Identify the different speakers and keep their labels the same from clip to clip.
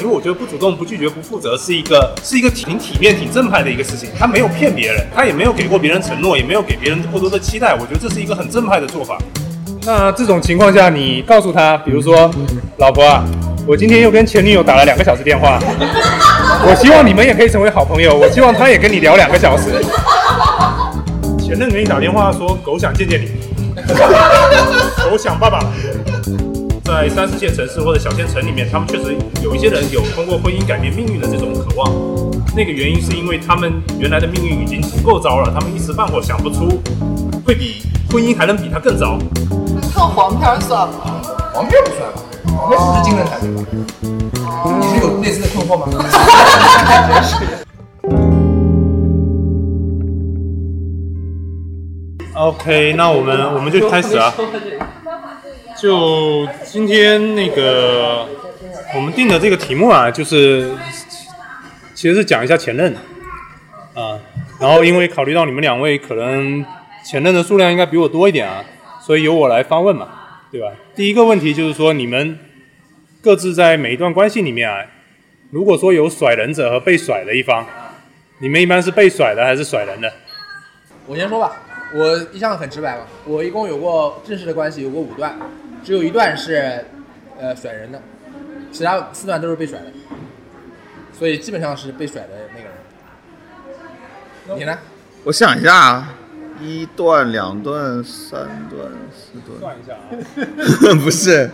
Speaker 1: 实我觉得不主动、不拒绝、不负责是一个是一个挺体面、挺正派的一个事情。他没有骗别人，他也没有给过别人承诺，也没有给别人过多的期待。我觉得这是一个很正派的做法。
Speaker 2: 那这种情况下，你告诉他，比如说，老婆啊，我今天又跟前女友打了两个小时电话，我希望你们也可以成为好朋友，我希望他也跟你聊两个小时。
Speaker 1: 前任给你打电话说狗想见 见你，狗想爸爸了。在三四线城市或者小县城里面，他们确实有一些人有通过婚姻改变命运的这种渴望。那个原因是因为他们原来的命运已经足够糟了，他们一时半会想不出，会比婚姻还能比它更糟。
Speaker 3: 看黄片算吗？
Speaker 4: 黄片不算吧？黄片不是精神残缺吧？你是有类似的困惑吗？
Speaker 1: OK，那我们我们就开始啊。就今天那个我们定的这个题目啊，就是其实是讲一下前任啊、然后因为考虑到你们两位可能前任的数量应该比我多一点啊，所以由我来发问嘛，对吧？第一个问题就是说，你们各自在每一段关系里面啊，如果说有甩人者和被甩的一方，你们一般是被甩的还是甩人的？
Speaker 4: 我先说吧，我一向很直白嘛，我一共有过正式的关系有过五段，只有一段是呃甩人的，其他四段都是被甩的，所以基本上是被甩的那个人。你呢？
Speaker 5: 我想一下啊，一段、两段、三段、四段，
Speaker 1: 算一下啊。
Speaker 5: 不是，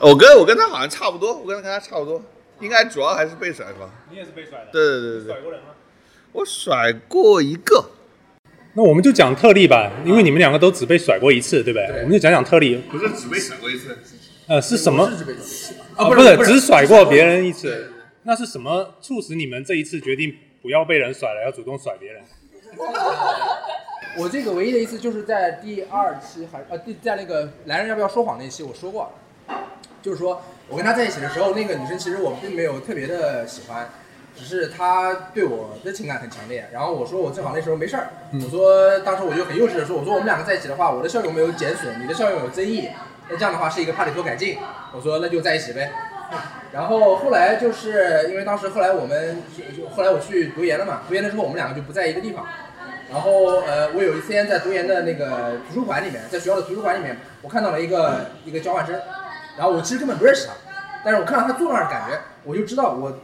Speaker 5: 我跟我跟他好像差不多，我跟他跟他差不多，应该主要还是被甩吧？
Speaker 1: 你也是被甩的。
Speaker 5: 对对对对
Speaker 1: 甩
Speaker 5: 对，
Speaker 1: 过人吗？
Speaker 5: 我甩过一个，
Speaker 1: 那我们就讲特例吧，因为你们两个都只被甩过一次，对不对？我们就讲讲特例，
Speaker 5: 不是只被甩过一次，
Speaker 1: 呃，是什么？
Speaker 4: 是被甩啊
Speaker 1: 啊
Speaker 4: 不
Speaker 1: 不
Speaker 4: 是
Speaker 1: 只甩过别人一
Speaker 4: 对对
Speaker 1: 次。那是什么促使你们这一次决定不要被人甩了，要主动甩别人？
Speaker 4: 我这个唯一的一次就是在第二期还呃第在那个男人要不要说谎那期我说过，就是说我跟他在一起的时候，那个女生其实我并没有特别的喜欢，只是她对我的情感很强烈。然后我说我正好那时候没事儿，我说当时我就很幼稚的说，我说我们两个在一起的话，我的效用没有减损，你的效用有增益，那这样的话是一个帕累托改进。我说那就在一起呗。然后后来就是因为当时后来我们就就后来我去读研了嘛，读研的时候我们两个就不在一个地方。然后呃，我有一天在读研的那个图书馆里面，在学校的图书馆里面，我看到了一个一个交换生，然后我其实根本不认识他，但是我看到他坐那儿的感觉，我就知道我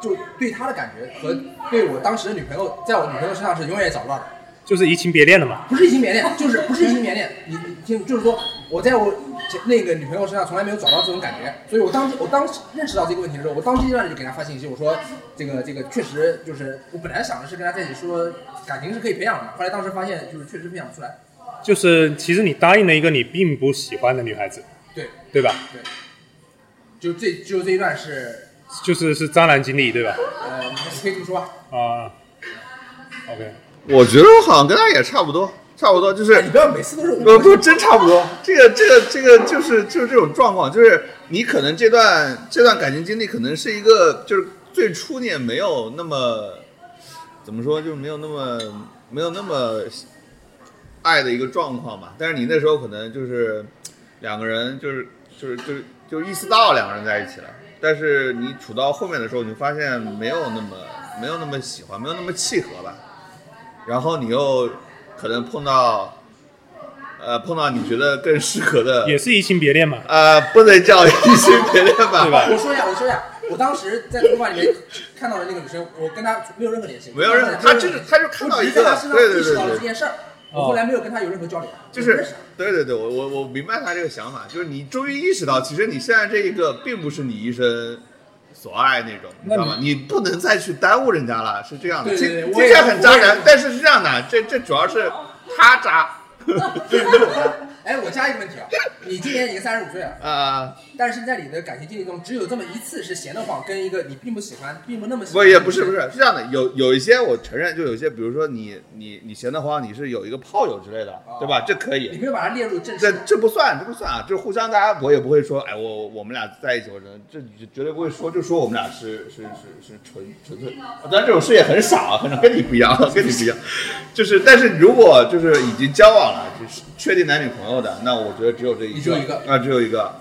Speaker 4: 就对他的感觉和对我当时的女朋友，在我女朋友身上是永远也找不到的。
Speaker 1: 就是移情别恋了嘛。
Speaker 4: 不是移情别恋，就是不是移情别恋。你你听，就是说我在我前那个女朋友身上从来没有找到这种感觉，所以我当时我当时认识到这个问题的时候，我当机立断地就给她发信息，我说这个这个确实就是我本来想的是跟她在一起说感情是可以培养的嘛，后来当时发现就是确实培养不出来。
Speaker 1: 就是其实你答应了一个你并不喜欢的女孩子，
Speaker 4: 对，
Speaker 1: 对吧？
Speaker 4: 就这只有这一段是
Speaker 1: 就是是渣男经历，对吧？
Speaker 4: 呃，你可以这么说吧。
Speaker 1: 啊，OK，
Speaker 5: 我觉得我好像跟他也差不多，差不多就是
Speaker 4: 哎你不要每次都是
Speaker 5: 不呃不，
Speaker 4: 我，
Speaker 5: 真差不多。这个这个这个就是就是这种状况，就是你可能这段这段感情经历可能是一个，就是最初你也没有那么怎么说，就是没有那么没有那么爱的一个状况吧。但是你那时候可能就是两个人就是就是就是就意识到两个人在一起了，但是你处到后面的时候，你就发现没有那么没有那么喜欢，没有那么契合吧。然后你又可能碰到，呃，碰到你觉得更适合的，
Speaker 1: 也是移情别恋嘛。
Speaker 5: 呃，不能叫异性别恋吧？
Speaker 1: 对吧
Speaker 4: 我说一下，我说一下，我当时在图书馆里面看到的那个女生，我跟她没有任何联系，
Speaker 5: 没有任何，他就是他就看到
Speaker 4: 我
Speaker 5: 一
Speaker 4: 只是
Speaker 5: 个
Speaker 4: 在她身，上
Speaker 5: 对对
Speaker 4: 意识
Speaker 5: 对
Speaker 4: 到了
Speaker 5: 对
Speaker 4: 这，件事儿，
Speaker 1: 哦
Speaker 4: 我后来没有跟她有任何交流，
Speaker 5: 就
Speaker 4: 我不
Speaker 5: 是
Speaker 4: 认识她
Speaker 5: 对对对，我我我明白他这个想法，就是你终于意识到，其实你现在这一个并不是你一生所爱那种，你知道吗？你不能再去耽误人家了，是这样的。
Speaker 4: 对
Speaker 5: 这
Speaker 4: 对对我
Speaker 5: 这
Speaker 4: 也
Speaker 5: 这很渣
Speaker 4: 我也
Speaker 5: 男，但是是这样的，这这主要是他渣
Speaker 4: 哎，我加一个问题啊，你今年已经三十五岁了，
Speaker 5: 啊，
Speaker 4: 但是在你的感情经历中，只有这么一次是闲得慌，跟一个你并不喜欢、并不那么喜
Speaker 5: 不
Speaker 4: 欢。
Speaker 5: 也不是不是，是这样的，有有一些我承认，就有一些，比如说你你你闲得慌，你是有一个炮友之类的，对吧？这可以，
Speaker 4: 你没有把它列入正
Speaker 5: 这
Speaker 4: 式。
Speaker 5: 这不算，这不算啊！就是互相，大家我也不会说，哎，我我们俩在一起，我真的这绝绝对不会说，就说我们俩是是是是纯纯粹。当然这种事也很少啊，很少，跟你不一样，跟你不一样。就是，但是如果就是已经交往了，就是确定男女朋友的，那我觉得只有这一个，
Speaker 4: 你只有一个
Speaker 5: 啊，只有一个。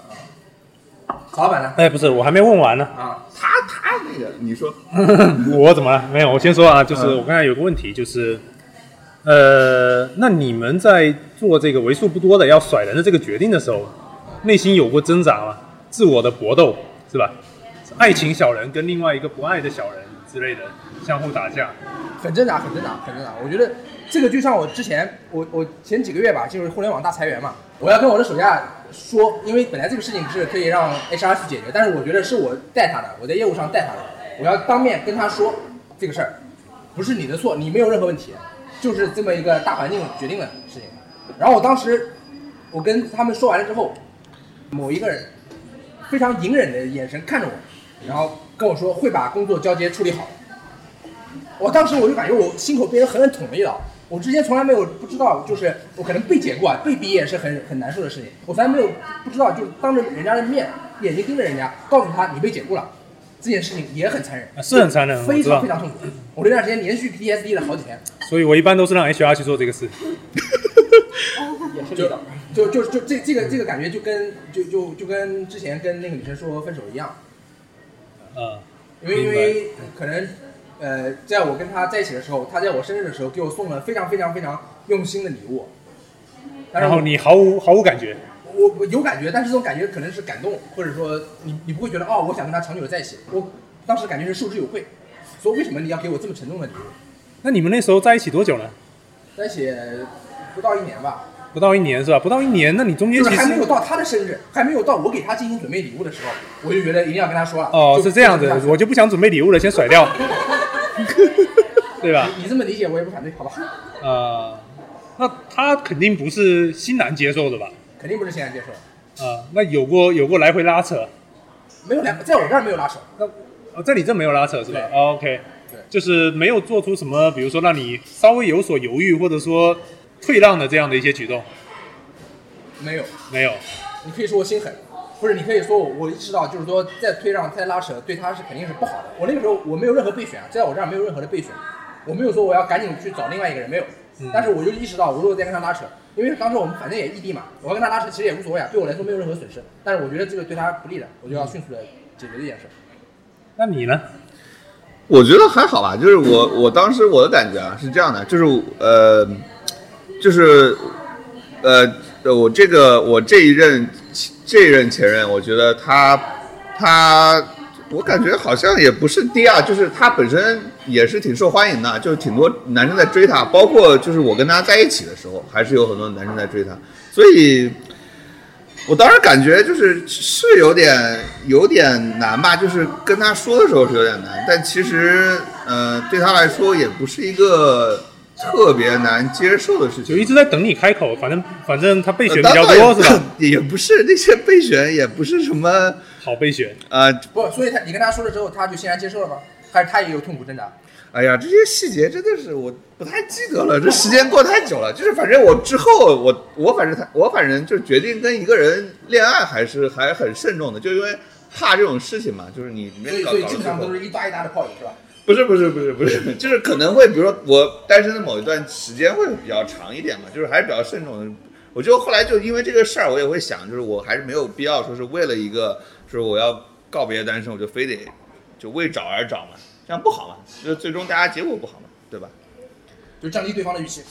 Speaker 4: 曹老板呢？
Speaker 1: 哎，不是，我还没问完呢。
Speaker 4: 啊，
Speaker 5: 他他那个，你说，
Speaker 1: 我怎么了？没有，我先说啊，就是
Speaker 5: 嗯
Speaker 1: 我刚才有个问题，就是，呃，那你们在做这个为数不多的要甩人的这个决定的时候，内心有过挣扎吗？自我的搏斗是吧？爱情小人跟另外一个不爱的小人之类的相互打架，
Speaker 4: 很挣扎，很挣扎，很挣扎。我觉得这个就像我之前，我我前几个月吧，就是互联网大裁员嘛，我要跟我的手下说，因为本来这个事情是可以让 HR 去解决，但是我觉得是我带他的，我在业务上带他的，我要当面跟他说这个事儿，不是你的错，你没有任何问题，就是这么一个大环境决定的事情。然后我当时我跟他们说完了之后，某一个人非常隐忍的眼神看着我，然后跟我说会把工作交接处理好。我当时我就感觉我心口被人狠狠捅了一刀。我之前从来没有不知道，就是我可能被解雇啊，被逼也是很很难受的事情。我从来没有不知道，就是当着人家的面，眼睛盯着人家，告诉他你被解雇了，这件事情也很残忍
Speaker 1: 啊，是很残忍我
Speaker 4: 非
Speaker 1: 知道
Speaker 4: 常非常痛苦。我这段时间连续 PTSD 了好几天。
Speaker 1: 所以我一般都是让 HR 去做这个事。
Speaker 4: 也是就就就这这个这个感觉就跟就就就跟之前跟那个女生说分手一样，
Speaker 1: 啊、
Speaker 4: 因为因
Speaker 1: 明白
Speaker 4: 为可能呃，在我跟她在一起的时候，她在我生日的时候给我送了非常非常非常用心的礼物，但
Speaker 1: 然
Speaker 4: 是
Speaker 1: 后
Speaker 4: 我
Speaker 1: 你毫无毫无感觉，
Speaker 4: 我我有感觉，但是这种感觉可能是感动，或者说你你不会觉得哦，我想跟她长久的在一起，我当时感觉是受之有愧，说为什么你要给我这么沉重的礼物？
Speaker 1: 那你们那时候在一起多久呢？
Speaker 4: 在一起不到一年吧，
Speaker 1: 不到一年是吧？不到一年，那你中间
Speaker 4: 就是
Speaker 1: 其
Speaker 4: 还没有
Speaker 1: 实
Speaker 4: 到他的生日，还没有到我给他精心准备礼物的时候，我就觉得一定要跟他说了。
Speaker 1: 哦
Speaker 4: 就是
Speaker 1: 这样子
Speaker 4: 就跟，他
Speaker 1: 我就不想准备礼物了，先甩掉，对吧？
Speaker 4: 你这么理解我也不反对，好吧？
Speaker 1: 啊，那他肯定不是欣然接受的吧？
Speaker 4: 肯定不是欣然接受，
Speaker 1: 啊、那有过有过来回拉扯，
Speaker 4: 没有两个，在我这儿没有拉手，
Speaker 1: 那哦，在你这没有拉扯是吧、
Speaker 4: 对
Speaker 1: o k
Speaker 4: 对
Speaker 1: 就是没有做出什么，比如说让你稍微有所犹豫或者说退让的这样的一些举动，
Speaker 4: 没有。
Speaker 1: 没有。
Speaker 4: 你可以说我心狠，或者你可以说我我意识到，就是说再推让、再拉扯，对他是肯定是不好的。我那个时候我没有任何备选，啊在我这儿没有任何的备选，我没有说我要赶紧去找另外一个人，没有。但是我就意识到，我如果再跟他拉扯，因为当时我们反正也异地嘛，我要跟他拉扯其实也无所谓啊，对我来说没有任何损失。但是我觉得这个对他不利的，我就要迅速的解决这件事。
Speaker 1: 那你呢？
Speaker 5: 我觉得还好吧，就是我我当时我的感觉啊是这样的，就是呃，就是呃，我这个我这一任这一任前任，我觉得他他我感觉好像也不是低啊，就是他本身也是挺受欢迎的，就是挺多男生在追他，包括就是我跟他在一起的时候，还是有很多男生在追他，所以我当时感觉就是是有点有点难吧，就是跟他说的时候是有点难，但其实呃对他来说也不是一个特别难接受的事情
Speaker 1: 就。一直在等你开口，反正反正他备选比
Speaker 5: 呃当
Speaker 1: 较
Speaker 5: 然
Speaker 1: 多是
Speaker 5: 也
Speaker 1: 吧？
Speaker 5: 也不是那些备选，也不是什么
Speaker 1: 好备选，
Speaker 5: 呃，
Speaker 4: 不，所以他你跟他说了之后，他就欣然接受了吗？还是他也有痛苦挣扎？
Speaker 5: 哎呀，这些细节真的是我不太记得了，这时间过太久了。就是反正我之后，我我反正他我反正就决定跟一个人恋爱还是还很慎重的，就因为怕这种事情嘛，就是你
Speaker 4: 所以
Speaker 5: 搞
Speaker 4: 所以
Speaker 5: 搞
Speaker 4: 基本
Speaker 5: 得
Speaker 4: 上
Speaker 5: 最
Speaker 4: 都
Speaker 5: 后
Speaker 4: 是一搭一搭的泡影是吧？
Speaker 5: 不是不是不是不 是，就是可能会，比如说我单身的某一段时间会比较长一点嘛，就是还是比较慎重的。我就后来就因为这个事儿，我也会想，就是我还是没有必要说是为了一个说我要告别单身，我就非得就为找而找嘛，这样不好嘛，就是最终大家结果不好嘛，对吧？
Speaker 4: 就降低对方的预期。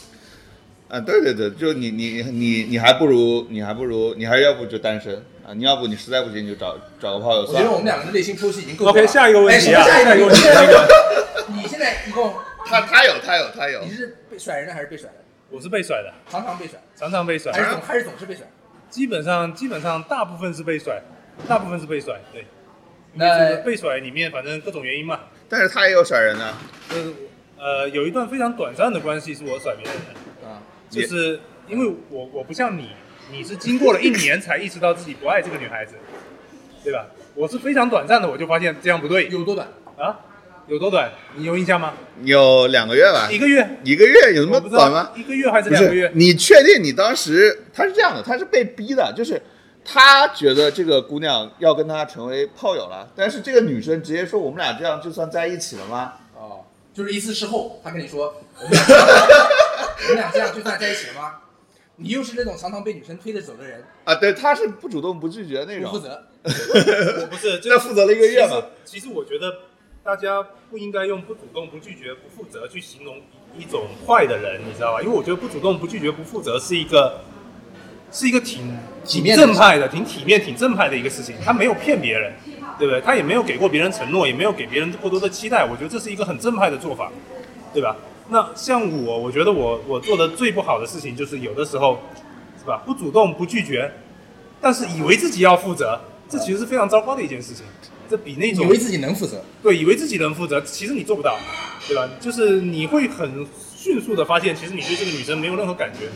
Speaker 5: 啊，对对对，就你你你你还不如你还不如你还要不就单身啊，你要不你实在不行你就找找个炮友
Speaker 4: 我
Speaker 5: 算了。
Speaker 4: 觉得我们两个的内心剖析已经够
Speaker 1: OK，下一个问题啊
Speaker 4: 哎、什么下一个问题？
Speaker 1: 下一啊
Speaker 4: 你现在一共
Speaker 5: 他他有他有他有
Speaker 4: 你，是被甩人的还是被甩的？
Speaker 1: 我是被甩的，
Speaker 4: 常常被甩，
Speaker 1: 常常被甩
Speaker 4: 还，是总还是总是被甩？
Speaker 1: 基本上基本上大部分是被甩，大部分是被甩，对，就是
Speaker 4: 那
Speaker 1: 被甩里面反正各种原因嘛。
Speaker 5: 但是他也有甩人的、
Speaker 1: 就是呃，有一段非常短暂的关系是我甩别人的，
Speaker 4: 啊，
Speaker 1: 就
Speaker 5: 也
Speaker 1: 是因为我我不像你，你是经过了一年才意识到自己不爱这个女孩子，对吧？我是非常短暂的，我就发现这样不对
Speaker 4: 有多短？
Speaker 1: 啊，有多短？你有印象吗？
Speaker 5: 有两个月吧，
Speaker 1: 一个月？
Speaker 5: 一个月有那
Speaker 1: 我
Speaker 5: 啊么
Speaker 1: 不知
Speaker 5: 短
Speaker 1: 道
Speaker 5: 吗？
Speaker 1: 一个月还是
Speaker 5: 不
Speaker 1: 两个月
Speaker 5: 是，？你确定你当时他是这样的，他是被逼的，就是他觉得这个姑娘要跟他成为炮友了，但是这个女生直接说我们俩这样就算在一起了吗？
Speaker 4: 哦，就是一次事后，他跟你说，我们俩我们俩这样就算在一起了吗？你又是那种常常被女生推着走的人，
Speaker 5: 啊，对，他是不主动不拒绝那
Speaker 4: 不负
Speaker 5: 种，
Speaker 4: 责。
Speaker 1: 我不是，
Speaker 5: 那
Speaker 1: 就
Speaker 5: 负责了一个月嘛。
Speaker 1: 其实我觉得大家不应该用不主动、不拒绝、不负责去形容一种坏的人，你知道吧？因为我觉得不主动、不拒绝、不负责是一个是一个挺
Speaker 4: 体
Speaker 1: 挺
Speaker 4: 面的
Speaker 1: 正派的、挺体面、挺正派的一个事情。他没有骗别人，对不对？他也没有给过别人承诺，也没有给别人过多的期待。我觉得这是一个很正派的做法，对吧？那像我，我觉得我我做的最不好的事情就是有的时候，是吧？不主动、不拒绝，但是以为自己要负责，这其实是非常糟糕的一件事情。这比那
Speaker 4: 以
Speaker 1: 种
Speaker 4: 为自己能负责，
Speaker 1: 对以为自己能负责，其实你做不到，对吧？就是你会很迅速的发现，其实你对这个女生没有任何感觉，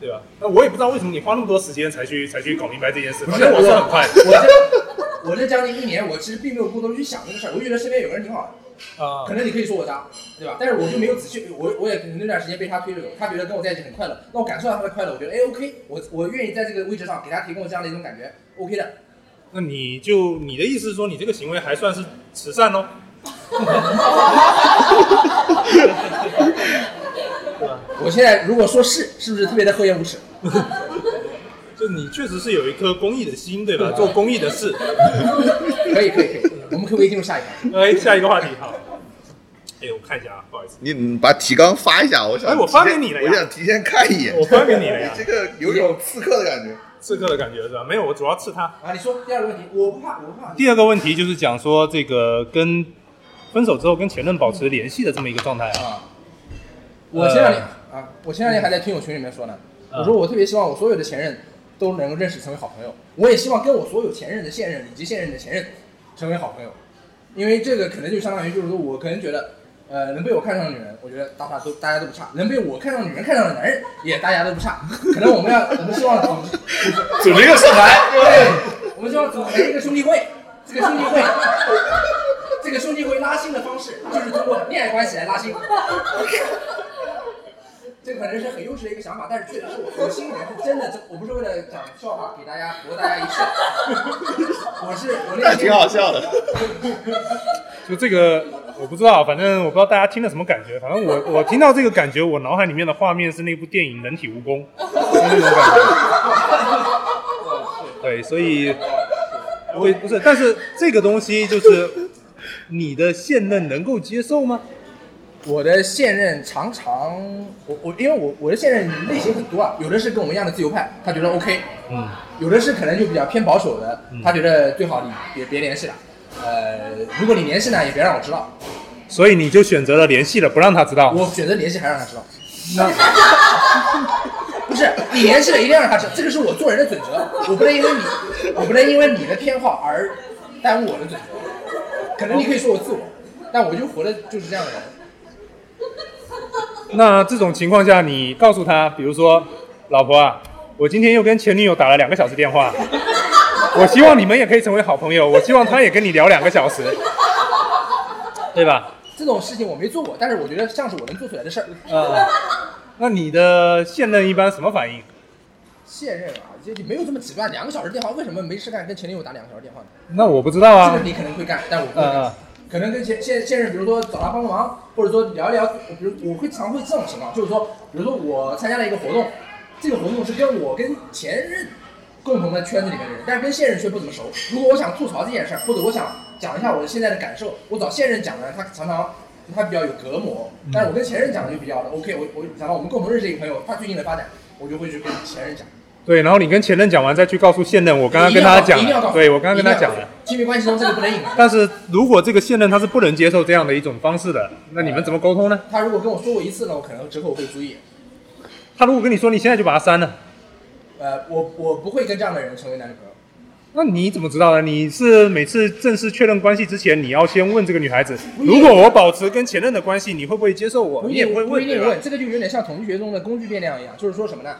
Speaker 1: 对吧？那我也不知道为什么你花那么多时间才去才去搞明白这件事，反正我是很快
Speaker 4: 我这我这将近一年，我其实并没有过多去想这个事儿，我就觉得身边有个人挺好的。
Speaker 1: 啊
Speaker 4: 可能你可以说我渣，对吧？但是我就没有仔细，我我也可能那段时间被他推着走，他觉得跟我在一起很快乐，那我感受到他的快乐，我觉得哎 OK，我我愿意在这个位置上给他提供这样的一种感觉，OK 的。
Speaker 1: 那你就你的意思是说，你这个行为还算是慈善哦喽？
Speaker 4: 我现在如果说是，是不是特别的厚颜无耻？
Speaker 1: 就你确实是有一颗公益的心，对吧？做公益的事。
Speaker 4: 可以可以可以，我们可不可以进入下一个？
Speaker 1: 哎，下一个话题，好。哎，我看一下啊，不好意思，
Speaker 5: 你你把提纲发一下，我想
Speaker 1: 哎我
Speaker 5: 提
Speaker 1: 发
Speaker 5: 前
Speaker 1: 给你了呀
Speaker 5: 我想提前看一眼。
Speaker 1: 我发给你了呀
Speaker 5: 这个有一种刺客的感觉。
Speaker 1: 刺客的感觉是吧？没有，我主要刺他。
Speaker 4: 啊，你说第二个问题，我不怕，我不怕。
Speaker 1: 第二个问题就是讲说这个跟分手之后跟前任保持联系的这么一个状态啊。
Speaker 4: 我前两天、嗯啊，我前两天还在听友群里面说呢，我说我特别希望我所有的前任都能够认识成为好朋友，我也希望跟我所有前任的现任以及现任的前任成为好朋友，因为这个可能就相当于就是说我可能觉得，呃，能被我看上的女人，我觉得大家都大家都不差；能被我看上的女人看上的男人也大家都不差。 可能我们要我们希望 组织
Speaker 5: 组织一个社团，
Speaker 4: 对，我们就要组成一个兄弟会，这个兄弟会，这个兄弟会拉新的方式就是通过恋爱关系来拉新。这可能是很幼稚的一个想法，但是确实是我我心里面是真的，我不是为了讲笑话给大家博大家一笑，我是我内
Speaker 5: 那
Speaker 4: 心
Speaker 5: 挺好笑的。
Speaker 1: 就这个我不知道，反正我不知道大家听了什么感觉。反正我我听到这个感觉，我脑海里面的画面是那部电影《人体蜈蚣》就是那种感觉。对，所以我也不是，但是这个东西就是你的现任能够接受吗？
Speaker 4: 我的现任常常，我我因为我我的现任类型很多啊，有的是跟我们一样的自由派，他觉得 OK，嗯，有的是可能就比较偏保守的，他觉得最好你别别联系了，呃，如果你联系呢，也别让我知道，
Speaker 1: 所以你就选择了联系了，不让他知道。
Speaker 4: 我选择联系还让他知道，那不是你联系了一定要让他知道，这个是我做人的准则，我不能因为你，我不能因为你的偏好而耽误我的准则，可能你可以说我自我，但我就活的就是这样的人。
Speaker 6: 那这种情况下，你告诉他，比如说，老婆啊，我今天又跟前女友打了两个小时电 话，我希望你们也可以成为好朋友，我希望她也跟你聊两个小 时，对吧？
Speaker 4: 这种事情我没做过，但是我觉得像是我能做出来的事儿。嗯
Speaker 6: 那你的现任一般什么反应？
Speaker 4: 现任啊，就就没有这么极端。两个小时电话，为什么没事干跟前女友打两个小时电话呢？
Speaker 6: 那我不知道
Speaker 4: 这
Speaker 6: 啊
Speaker 4: 个，你可能会干，但我不会干。
Speaker 6: 呃，
Speaker 4: 可能跟现现现任，比如说找他帮个忙，或者说聊一聊，比如我会常会这种情况，就是说，比如说我参加了一个活动，这个活动是跟我跟前任共同的圈子里面的人，但是跟现任却不怎么熟。如果我想吐槽这件事儿，或者我想讲一下我现在的感受，我找现任讲呢，他常常他比较有隔膜，
Speaker 6: 嗯
Speaker 4: 但是我跟前任讲的就比较的 OK 我。我想到我们共同认识一个朋友，他最近的发展，我就会去跟前任讲。
Speaker 6: 对，然后你跟前任讲完，再去告诉现任，我刚刚
Speaker 4: 一
Speaker 6: 跟
Speaker 4: 定要
Speaker 6: 他
Speaker 4: 告
Speaker 6: 讲
Speaker 4: 一定要告
Speaker 6: 了，
Speaker 4: 诉
Speaker 6: 对我刚刚跟他讲
Speaker 4: 一定要
Speaker 6: 了
Speaker 4: 告。诉亲密关系中这个不能隐瞒。
Speaker 6: 但是如果这个现任他是不能接受这样的一种方式的，那你们怎么沟通呢？
Speaker 4: 他如果跟我说过一次呢，我可能之后会注意。
Speaker 6: 他如果跟你说你现在就把他删了，
Speaker 4: 呃，我我不会跟这样的人成为男女朋友。
Speaker 6: 那你怎么知道呢？你是每次正式确认关系之前，你要先问这个女孩子，如果我保持跟前任的关系，你会不会接受我？
Speaker 1: 哦
Speaker 4: 不一
Speaker 6: 你也
Speaker 4: 定
Speaker 6: 不会
Speaker 4: 不
Speaker 6: 问，
Speaker 4: 一
Speaker 6: 对
Speaker 4: 定
Speaker 6: 吧
Speaker 4: 问，？这个就有点像统计学中的工具变量一样，就是说什么呢？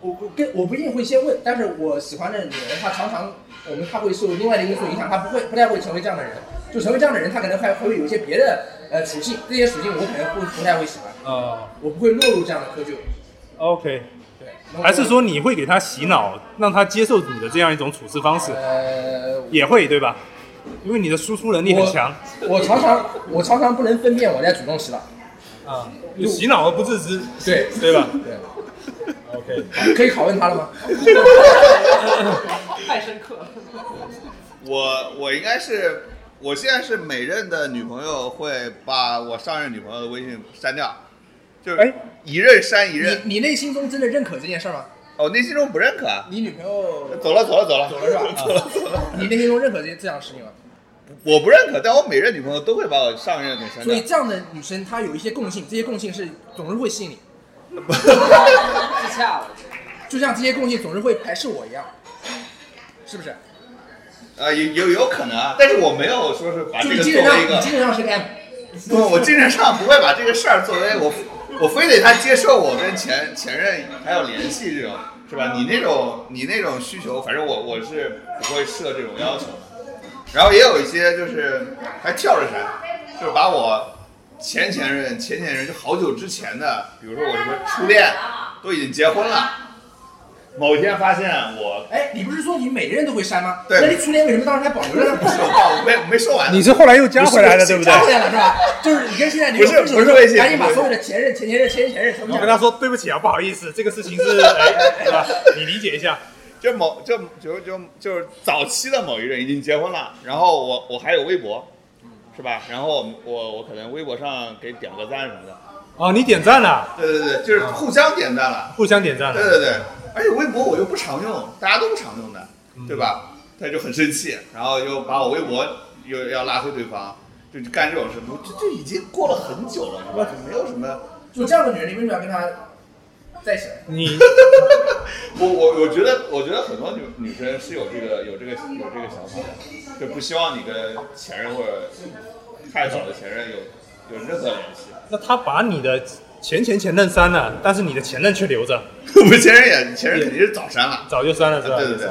Speaker 4: 我我跟我不一定会先问，但是我喜欢的女人，她常常我们她会受另外的因素影响，她不会不太会成为这样的人，就成为这样的人，她可能还会有一些别的呃属性，这些属性我可能不不太会喜欢，
Speaker 1: 啊、
Speaker 4: 我不会落入这样的窠臼。
Speaker 1: o k
Speaker 4: 对，那我
Speaker 1: 还是说你会给他洗脑，让他接受你的这样一种处事方式，
Speaker 4: 呃，
Speaker 1: 也会对吧？因为你的输出能力很强
Speaker 4: 我常常我常常不能分辨我在主动洗脑，
Speaker 1: 啊，就洗脑而不自知，
Speaker 4: 对
Speaker 1: 对吧
Speaker 4: 对，
Speaker 1: ？OK，
Speaker 4: 可以拷问他了吗？
Speaker 3: 太深刻了。
Speaker 5: 我我应该是，我现在是每任的女朋友会把我上任女朋友的微信删掉，就是
Speaker 1: 哎
Speaker 5: 一任删一任。
Speaker 4: 你你内心中真的认可这件事儿吗？
Speaker 5: 哦，内心中不认可啊。
Speaker 4: 你女朋友
Speaker 5: 走了走了走了
Speaker 4: 走了是吧？ 啊
Speaker 5: 走了走了。
Speaker 4: 你内心中认可这件这样事 情吗？啊
Speaker 5: 我不认可，但我每任女朋友都会把我上任给删
Speaker 4: 所
Speaker 5: 掉
Speaker 4: 以。这样的女生她有一些共性，这些共性是总是会吸引你，
Speaker 7: 自洽了。
Speaker 4: 就像这些共性总是会排斥我一样，是不是？
Speaker 5: 啊，有有有可能啊，但是我没有说是把
Speaker 4: 就
Speaker 5: 这
Speaker 4: 你精
Speaker 5: 个
Speaker 4: 神
Speaker 5: 作
Speaker 4: 上，
Speaker 5: 为一
Speaker 4: 你
Speaker 5: 个
Speaker 4: 精，神上是 M，
Speaker 5: 不，我精神上不会把这个事儿作为我， 我非得他接受我跟前前任还有联系这种，是吧？你那种你那种需求，反正我我是不会设这种要求的。然后也有一些就是还跳着删，就是把我前前任前前任就好久之前的，比如说我什么初恋，都已经结婚了，某一天发现我
Speaker 4: 哎，你不是说你每任都会删吗？
Speaker 5: 对
Speaker 4: 那你初恋为什么当时还保留着
Speaker 5: 不是
Speaker 4: 呢？
Speaker 5: 我报，我没我没说完呢。
Speaker 1: 你是后来又加回来的，对不对？
Speaker 4: 加回来了是吧？就是你跟现在女友
Speaker 5: 不是
Speaker 4: 分手
Speaker 5: 不是
Speaker 4: 之后
Speaker 5: 微信
Speaker 4: 赶紧把
Speaker 5: 不是
Speaker 4: 所有的前任、前前任、前前前任全
Speaker 1: 我
Speaker 4: 部加
Speaker 1: 跟他说对不起啊，不好意思，这个事情是，哎，对吧？你理解一下。
Speaker 5: 就某就就就就是早期的某一任已经结婚了，然后我我还有微博，是吧？然后我我我可能微博上给点个赞什么的，
Speaker 1: 哦，你点赞了，
Speaker 5: 对对对，就是互相点赞了，
Speaker 1: 互相点赞啊
Speaker 5: 对
Speaker 1: 了。
Speaker 5: 对对，而且微博我又不常用，大家都不常用的，对吧？他就很生气，然后又把我微博又要拉黑对方，就干这种事，我这这已经过了很久了，是吧？就没有什么。
Speaker 4: 就这样的女人，你为什么要跟她在一起呢？
Speaker 1: 你
Speaker 5: 我我我觉得，我觉得很多女女生是有这个有这个有这个想法的，就不希望你跟前任或者太早的前任有有任何联系。
Speaker 1: 那他把你的前前前任删了，但是你的前任却留着，
Speaker 5: 我们前任也前任肯定是早删了，
Speaker 1: 早就删了，是吧？
Speaker 5: 啊对对对。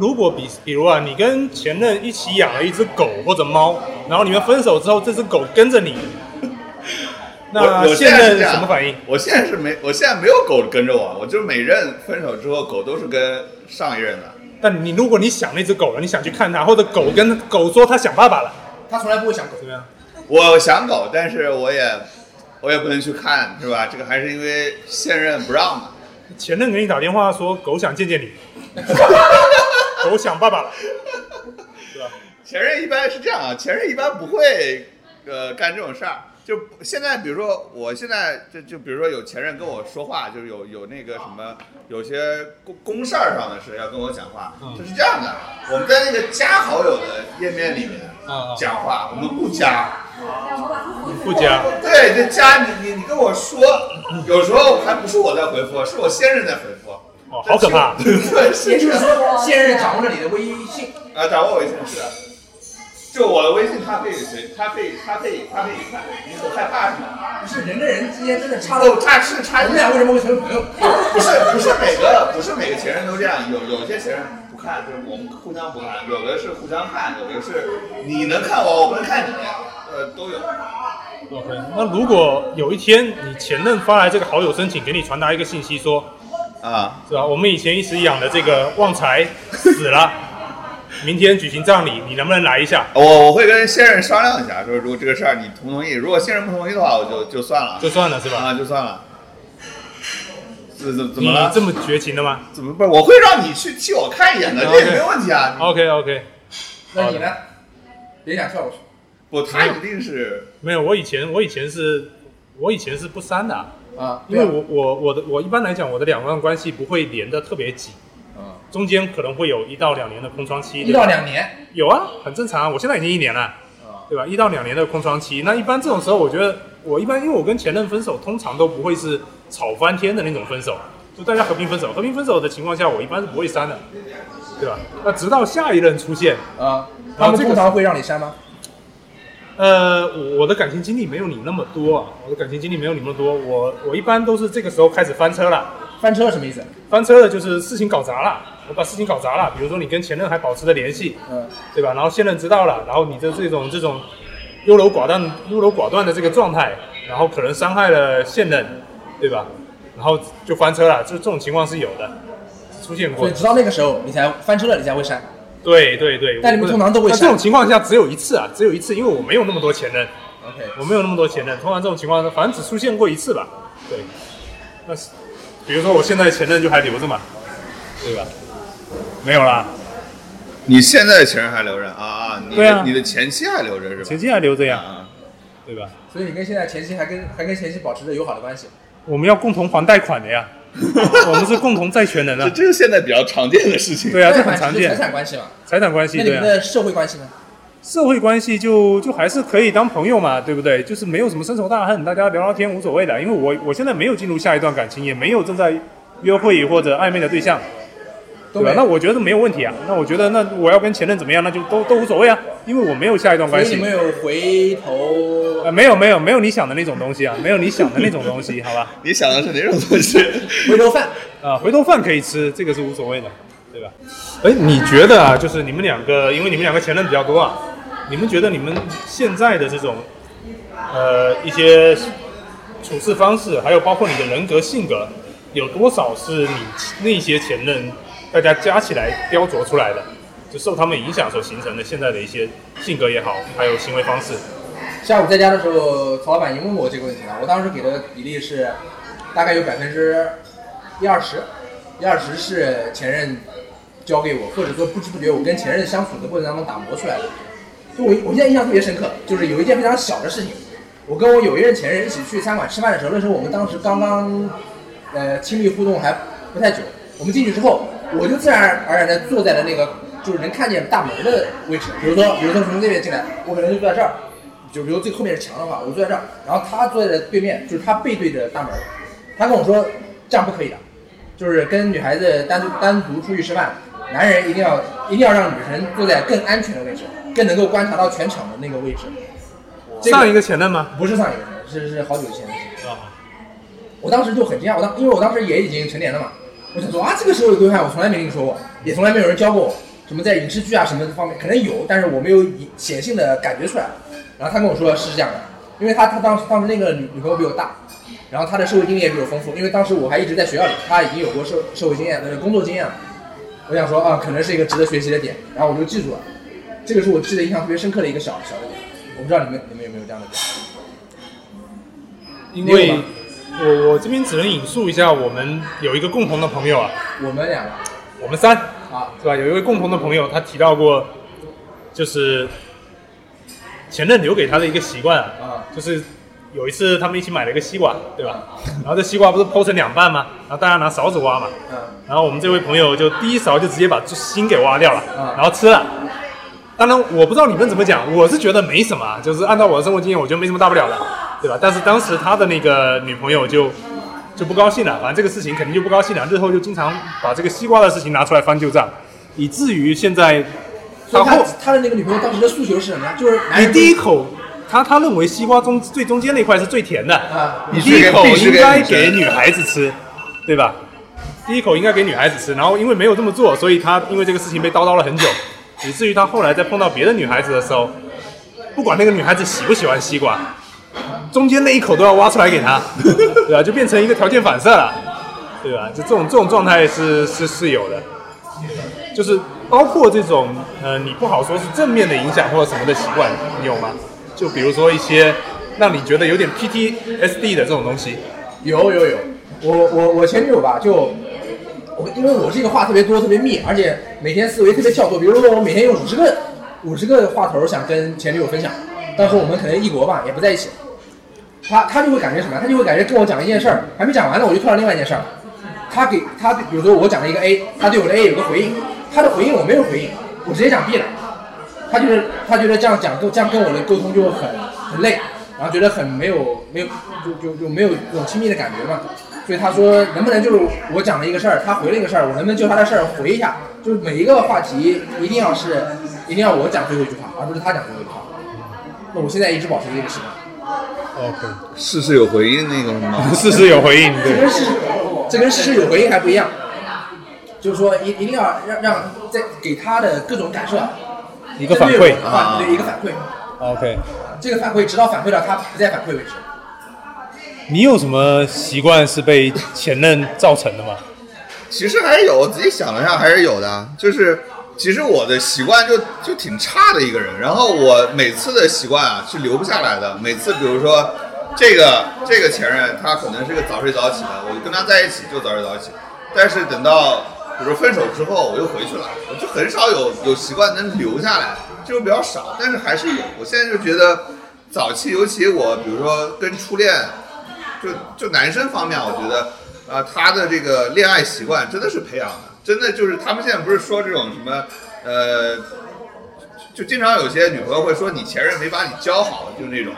Speaker 1: 如果比比如啊，你跟前任一起养了一只狗或者猫，然后你们分手之后，这只狗跟着 你，
Speaker 5: 我
Speaker 1: 那
Speaker 5: 我
Speaker 1: 现
Speaker 5: 在
Speaker 1: 任
Speaker 5: 是这样
Speaker 1: 什么反应？？
Speaker 5: 我现在是没，我现在没有狗跟着我，我就是每任分手之后，狗都是跟上一任的。
Speaker 1: 但你如果你想那只狗了，你想去看它，或者狗跟狗说它想爸爸了，
Speaker 4: 她从来不会想狗。
Speaker 1: 怎么样？
Speaker 5: 我想狗，但是我也我也不能去看，是吧？这个还是因为现任不让的。
Speaker 1: 前任给你打电话说狗想见见 你，狗想爸爸了，
Speaker 5: 前任一般是这样啊，前任一般不会呃干这种事儿。就现在，比如说我现在就就比如说有前任跟我说话，就是有有那个什么，有些公公事儿上的事要跟我讲话，
Speaker 1: 嗯
Speaker 5: 就是这样的。我们在那个加好友的页面里面
Speaker 1: 啊啊
Speaker 5: 讲话，我们不加。
Speaker 1: 不加。
Speaker 5: 对，就加你你你跟我说，有时候还不是我在回复，是我先任在回复。
Speaker 1: 哦好可怕
Speaker 5: 对，
Speaker 4: 也
Speaker 5: 是这
Speaker 4: 就是
Speaker 5: 样。
Speaker 4: 说，现任掌握了你的微信，
Speaker 5: 啊，掌握微信是的。就我的微信，他可以随，他可以，他可以，他可以看，你很害怕是吗？
Speaker 4: 不是人跟人之间真的差到
Speaker 5: 哦，他是
Speaker 4: 我
Speaker 5: 差
Speaker 4: 们俩为什么会成为朋友？
Speaker 5: 不是不是每个不是每个前任都这样，有有些前任不看，就是我们互相不看，有的是互相看，有的是你能看我，我不能看你，呃，都有。
Speaker 1: OK，那如果有一天你前任发来这个好友申请，给你传达一个信息说，
Speaker 5: 啊，
Speaker 1: 是吧？我们以前一起养的这个旺财死了， 明天举行葬礼，你能不能来一下？
Speaker 5: 我我会跟先生商量一下，说如果这个事儿你同不同意，如果先生不同意的话，我就就算了，
Speaker 1: 就算了是吧？
Speaker 5: 啊就算了。怎怎怎
Speaker 1: 你
Speaker 5: 么了？
Speaker 1: 这么绝情的吗
Speaker 5: 怎么不是？我会让你去替我看一眼的，这也没问题啊。
Speaker 1: ？OK OK，
Speaker 4: 那你呢？别想跳过去。
Speaker 5: 不，他一定是
Speaker 1: 没有，我以前我以前是，我以前是不删的啊，
Speaker 4: 啊，
Speaker 1: 因为我我我的我一般来讲我的两段关系不会连的特别紧，
Speaker 4: 嗯
Speaker 1: 中间可能会有一到两年的空窗期，
Speaker 4: 一
Speaker 1: 对吧
Speaker 4: 到两年，
Speaker 1: 有啊，很正常啊。我现在已经一年了，
Speaker 4: 啊
Speaker 1: 对吧？一到两年的空窗期，那一般这种时候，我觉得我一般因为我跟前任分手，通常都不会是吵翻天的那种分手，就大家和平分手。和平分手的情况下，我一般是不会删的，对吧？那直到下一任出现，
Speaker 4: 啊，
Speaker 1: 然
Speaker 4: 他
Speaker 1: 后
Speaker 4: 们
Speaker 1: 这个
Speaker 4: 通常会让你删吗？
Speaker 1: 呃，我我的感情经历没有你那么多啊，我的感情经历没有你那么多。我我一般都是这个时候开始翻车了。
Speaker 4: 翻车什么意思？
Speaker 1: 翻车了就是事情搞砸了，我把事情搞砸了。比如说你跟前任还保持着联系，
Speaker 4: 嗯，
Speaker 1: 对吧？然后现任知道了，然后你的这种这种优柔寡断、优柔寡断的这个状态，然后可能伤害了现任，对吧？然后就翻车了，就这种情况是有的，出现
Speaker 4: 所
Speaker 1: 过
Speaker 4: 以。直到那个时候，你才翻车了，你才会删。
Speaker 1: 对对对，
Speaker 4: 但你们
Speaker 1: 我
Speaker 4: 通常都会
Speaker 1: 那这
Speaker 4: 删
Speaker 1: 种情况下只有一次啊，只有一次，因为我没有那么多前任，
Speaker 4: OK，
Speaker 1: 我没有那么多前任。通常这种情况，反正只出现过一次吧。对，那是比如说我现在前任就还留着嘛，对吧？没有啦，
Speaker 5: 你现在的前任还留着啊啊？你
Speaker 1: 对
Speaker 5: 的
Speaker 1: 啊
Speaker 5: 你的前妻还留着是吧？
Speaker 1: 前妻还留着呀，
Speaker 5: 啊，
Speaker 1: 对吧？
Speaker 4: 所以你跟现在前妻还跟还跟前妻保持着友好的关系。
Speaker 1: 我们要共同还贷款的 呀，我们是共同债权人
Speaker 5: 这
Speaker 1: 啊，
Speaker 5: 这是现在比较常见的事情。
Speaker 1: 对啊，这
Speaker 4: 贷
Speaker 1: 很
Speaker 4: 款
Speaker 1: 常
Speaker 4: 只是
Speaker 1: 见
Speaker 4: 财，产关系嘛。
Speaker 1: 财产关系
Speaker 4: 那你
Speaker 1: 对
Speaker 4: 们
Speaker 1: 啊，
Speaker 4: 的社会关系呢？
Speaker 1: 社会关系就就还是可以当朋友嘛，对不对？就是没有什么深仇大恨，大家聊聊天无所谓的，因为我我现在没有进入下一段感情，也没有正在约会或者暧昧的对象，
Speaker 4: 都
Speaker 1: 对
Speaker 4: 没
Speaker 1: 吧
Speaker 4: 有？
Speaker 1: 那我觉得没有问题啊，那我觉得那我要跟前任怎么样，那就都都无所谓啊，因为我没有下一段
Speaker 4: 所
Speaker 1: 关
Speaker 4: 以
Speaker 1: 系
Speaker 4: 你。们有回头
Speaker 1: 呃，没有没有没有你想的那种东西啊，没有你想的那种东西，好吧？
Speaker 5: 你想的是哪种东 西？
Speaker 4: 回头饭？
Speaker 1: 啊，回头饭可以吃，这个是无所谓的，对吧？哎，你觉得啊，就是你们两个，因为你们两个前任比较多啊，你们觉得你们现在的这种，呃，一些处事方式，还有包括你的人格性格，有多少是你那些前任大家加起来雕琢出来的？就受他们影响所形成的现在的一些性格也好，还有行为方式，
Speaker 4: 下午在家的时候，曹老板已经问过我这个问题了。啊我当时给的比例是，大概有百分之一二十，一二十是前任教给我，或者说不知不觉我跟前任相处的过程当中打磨出来的。就我我现在印象特别深刻，就是有一件非常小的事情，我跟我有一任前任一起去餐馆吃饭的时候，那时候我们当时刚刚呃亲密互动还不太久，我们进去之后，我就自然而然的坐在了那个就是能看见大门的位置，比如说比如说从这边进来，我可能就坐在这儿。就比如最后面是墙的话，我坐在这儿，然后他坐在对面，就是他背对着大门儿，他跟我说这样不可以的，就是跟女孩子单独单独出去吃饭，男人一定要一定要让女生坐在更安全的位置，更能够观察到全场的那个位置。这
Speaker 1: 上一个前任吗？
Speaker 4: 不是上一个是是好久以前的事。
Speaker 1: 啊，
Speaker 4: 我当时就很惊讶，我当因为我当时也已经成年了嘛，我想说啊，这个社会规范我从来没听说过，也从来没有人教过我，什么在影视剧啊什么方面可能有，但是我没有以显性的感觉出来。然后他跟我说是这样的，因为他他当时当时那个女女朋友比我大，然后他的社会经历也比我丰富，因为当时我还一直在学校里，他已经有过社社会经验，呃，工作经验了。我想说啊，可能是一个值得学习的点，然后我就记住了，这个是我记得印象特别深刻的一个小小的点。我不知道你们你们有没有这样的点？
Speaker 1: 因
Speaker 4: 没有
Speaker 1: 为
Speaker 4: 吧
Speaker 1: 我我这边只能引述一下，我们有一个共同的朋友啊，
Speaker 4: 我们两个
Speaker 1: 我们三
Speaker 4: 啊，
Speaker 1: 是吧？有一位共同的朋友，他提到过，就是前任留给他的一个习惯
Speaker 4: 啊，
Speaker 1: 就是有一次他们一起买了一个西瓜，对吧？然后这西瓜不是剖成两半吗？然后大家拿勺子挖嘛，
Speaker 4: 嗯。
Speaker 1: 然后我们这位朋友就第一勺就直接把心给挖掉了
Speaker 4: 啊，
Speaker 1: 然后吃了。当然，我不知道你们怎么讲，我是觉得没什么啊，就是按照我的生活经验，我觉得没什么大不了的，对吧？但是当时他的那个女朋友就就不高兴了，反正这个事情肯定就不高兴了，日后就经常把这个西瓜的事情拿出来翻旧账，以至于现在
Speaker 4: 所
Speaker 1: 他
Speaker 4: 以他
Speaker 1: 后
Speaker 4: 他的那个女朋友当时的诉求是什么呀？就是男
Speaker 1: 你
Speaker 4: 人
Speaker 1: 第一口，他他认为西瓜中最中间那块是最甜的，
Speaker 4: 啊，
Speaker 1: 你
Speaker 5: 你
Speaker 1: 第
Speaker 5: 是
Speaker 1: 一
Speaker 5: 给
Speaker 1: 口
Speaker 5: 必须
Speaker 1: 应
Speaker 5: 给
Speaker 1: 该
Speaker 5: 女生
Speaker 1: 给女孩子吃，对吧？第一口应该给女孩子吃，然后因为没有这么做，所以他因为这个事情被叨叨了很久，以至于他后来在碰到别的女孩子的时候，不管那个女孩子喜不喜欢西瓜，中间那一口都要挖出来给 她，对吧？就变成一个条件反射了，对吧？就这种这种状态是是是有的，就是包括这种呃，你不好说是正面的影响或者什么的习惯，你有吗？就比如说一些让你觉得有点 PTSD 的这种东西，
Speaker 4: 有有有，我我我前女友吧，就我因为我是一个话特别多、特别密，而且每天思维特别跳脱。比如说我每天有五十个五十个话头想跟前女友分享，当时我们可能异国吧，也不在一起，他他就会感觉什么？他就会感觉跟我讲一件事儿，还没讲完呢，我就跳到另外一件事儿。他给他比如说我讲了一个 A，他对我的 A 有个回应，他的回应我没有回应，我直接讲 B 了。他觉得他觉得这样讲跟这样跟我的沟通就很很累，然后觉得很没有没有就就就没有那种亲密的感觉嘛。所以他说能不能就是我讲了一个事儿，他回了一个事儿，我能不能就他的事儿回一下？就是每一个话题一定要是一定要我讲最后一句话，而不是他讲最后一句话。那我现在一直保持这个习惯。
Speaker 5: 事事有回应那个是吗？
Speaker 1: 事事有回应，
Speaker 4: 这
Speaker 1: 对
Speaker 4: 跟事实，这跟事实有回应还不一样，就是说一一定要让让在给他的各种感受
Speaker 1: 一
Speaker 4: 一
Speaker 1: 个反馈。
Speaker 5: 啊
Speaker 4: 对一个反馈，
Speaker 1: OK，
Speaker 4: 这个反馈直到反馈到他不再反馈为止。
Speaker 1: 你有什么习惯是被前任造成的吗？
Speaker 5: 其实还是有，我仔细想了一下，还是有的。就是其实我的习惯就就挺差的一个人，然后我每次的习惯啊是留不下来的。每次比如说这个这个前任，他可能是个早睡早起的，我跟他在一起就早睡早起，但是等到比如说分手之后我又回去了，我就很少有有习惯能留下来，这种比较少，但是还是有。我现在就觉得早期，尤其我比如说跟初恋，就就男生方面，我觉得啊、呃他的这个恋爱习惯真的是培养的，真的就是他们现在不是说这种什么呃，就就经常有些女朋友会说你前任没把你教好，就那种，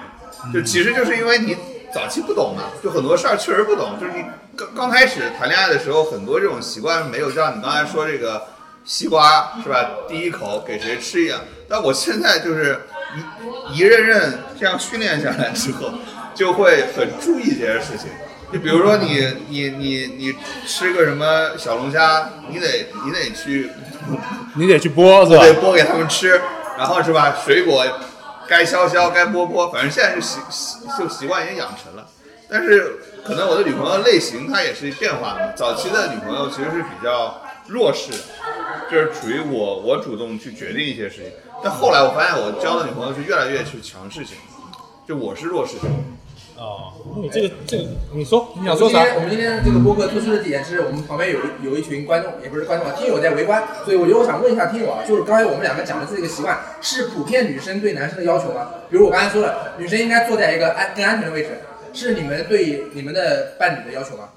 Speaker 5: 就其实就是因为你早期不懂嘛，就很多事儿确实不懂，就是你刚刚开始谈恋爱的时候，很多这种习惯没有，就像你刚才说这个西瓜是吧，第一口给谁吃一样。但我现在就是一一任任这样训练下来之后，就会很注意这些事情。就比如说你你你你吃个什么小龙虾，你得你得去
Speaker 1: 你得去剥是吧？
Speaker 5: 对，剥给他们吃，然后是吧？水果该削削，该剥剥，反正现在就习习就习惯已经养成了。但是可能我的女朋友类型她也是变化的，早期的女朋友其实是比较弱势的，就是处于我我主动去决定一些事情。但后来我发现我交的女朋友是越来越去强势型，就我是弱势型。
Speaker 1: 哦，你这个这个，你说你想
Speaker 4: 我
Speaker 1: 说
Speaker 4: 们今
Speaker 1: 啥？
Speaker 4: 天我们今天这个播客特殊的体验是我们旁边有一有一群观众，也不是观众啊，听友在围观，所以我觉得我想问一下听友啊，就是刚才我们两个讲的这个习惯，是普遍女生对男生的要求吗？比如我刚才说了，女生应该坐在一个安更安全的位置，是你们对你们的伴侣的要求吗？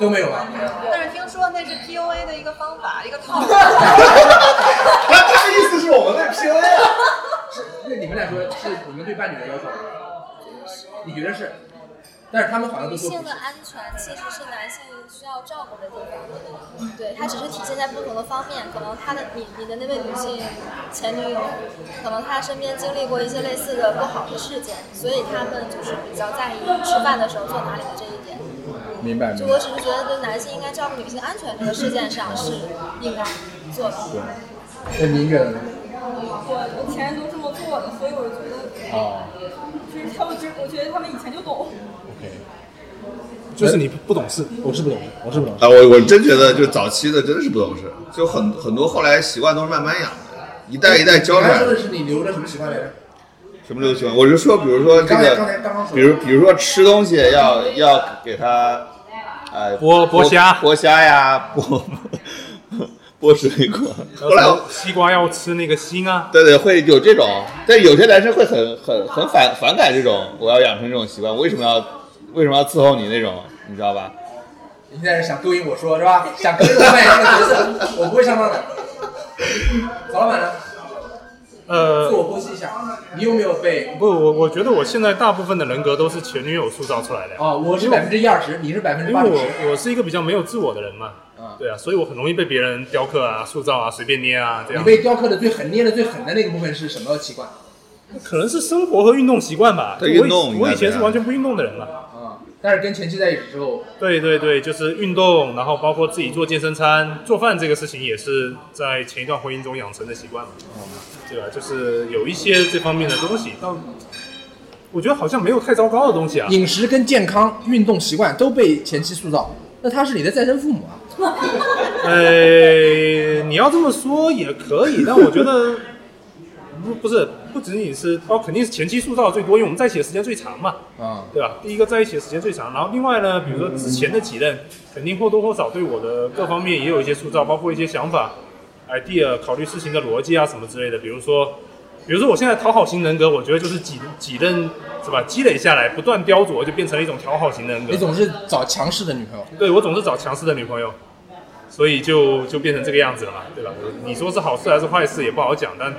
Speaker 4: 都没有吗？
Speaker 8: 但是听说那是 PUA 的一个方法，一个套路。
Speaker 5: 那他的意思是我们被 PUA 啊？
Speaker 4: 对你们来说是你们对伴侣的要求吗？你觉得是？但是他们好像都
Speaker 9: 女
Speaker 4: 说
Speaker 9: 性
Speaker 4: 不
Speaker 9: 的
Speaker 4: 是。
Speaker 9: 安全其实是男性需要照顾的地方，对，它只是体现在不同的方面。可能他的你你的那位女性前女友，可能她身边经历过一些类似的不好的事件，所以他们就是比较在意吃饭的时候坐哪里的这一点。
Speaker 4: 明白
Speaker 9: 就我只是觉得，就男性应该照顾女性安全这个事件上是应该做的。
Speaker 4: 那您觉得哎呢？
Speaker 10: 我我前任都这么做的，所以我觉得
Speaker 4: 啊
Speaker 10: 就是他们，只我觉得他们以前就懂。
Speaker 4: ，OK，
Speaker 1: 就是你不懂事，
Speaker 4: 我是不懂，我是不懂。
Speaker 5: 啊，我我真觉得就是早期的真的是不懂事，就很很多后来习惯都是慢慢养的，一代一代教出
Speaker 4: 刚才
Speaker 5: 来
Speaker 4: 说
Speaker 5: 的
Speaker 4: 的。是你留着什么习惯来着？
Speaker 5: 什么流行？我就说，比如说这
Speaker 4: 刚才刚才
Speaker 5: 个
Speaker 4: 刚刚，说
Speaker 5: 比如比如说吃东西要要给它，呃，
Speaker 1: 剥剥虾
Speaker 5: 剥虾呀，剥剥水果。后来我，
Speaker 1: 西瓜要吃那个心啊，
Speaker 5: 对对，会有这种，但有些男生会很很很反反感这种，我要养成这种习惯，我为什么要为什么要伺候你那种，你知道吧？
Speaker 4: 你现在是想勾引我说是吧？想勾引我扮演这个角色，我不会上当的。曹老板呢？
Speaker 1: 呃
Speaker 4: 自，我剖析一下，你有没有被？
Speaker 1: 不，我我觉得我现在大部分的人格都是前女友塑造出来的，
Speaker 4: 哦，我是百分之一二十，你是百分之
Speaker 1: 因
Speaker 4: 八
Speaker 1: 为
Speaker 4: 十。
Speaker 1: 我我是一个比较没有自我的人嘛
Speaker 4: 啊，
Speaker 1: 对啊，所以我很容易被别人雕刻啊、塑造啊、随便捏啊这
Speaker 4: 你
Speaker 1: 样。
Speaker 4: 被雕刻的最狠、捏的最狠的那个部分是什么习惯？
Speaker 1: 可能是生活和运动习惯吧。
Speaker 5: 对
Speaker 1: 就我以
Speaker 5: 运动
Speaker 1: 我以
Speaker 5: 应该这
Speaker 1: 前
Speaker 5: 样
Speaker 1: 是完全不运动的人嘛。
Speaker 4: 啊，但是跟前妻在一起之后，
Speaker 1: 对对对，就是运动，然后包括自己做健身餐、做饭这个事情，也是在前一段婚姻中养成的习惯嘛。对吧？就是有一些这方面的东西，但我觉得好像没有太糟糕的东西啊。
Speaker 4: 饮食跟健康、运动习惯都被前妻塑造，那他是你的再生父母啊。
Speaker 1: 呃，你要这么说也可以，但我觉得嗯不不是不仅仅是包，肯定是前期塑造最多，因为我们在一起的时间最长嘛，
Speaker 4: 啊，
Speaker 1: 对吧？第一个在一起的时间最长，然后另外呢，比如说之前的几任，肯定或多或少对我的各方面也有一些塑造，包括一些想法、idea、考虑事情的逻辑啊什么之类的。比如说，比如说我现在讨好型人格，我觉得就是几几任是吧，积累下来不断雕琢，就变成了一种讨好型人格。
Speaker 4: 你总是找强势的女朋友，
Speaker 1: 对我总是找强势的女朋友，所以就就变成这个样子了嘛，对吧？你说是好事还是坏事也不好讲，但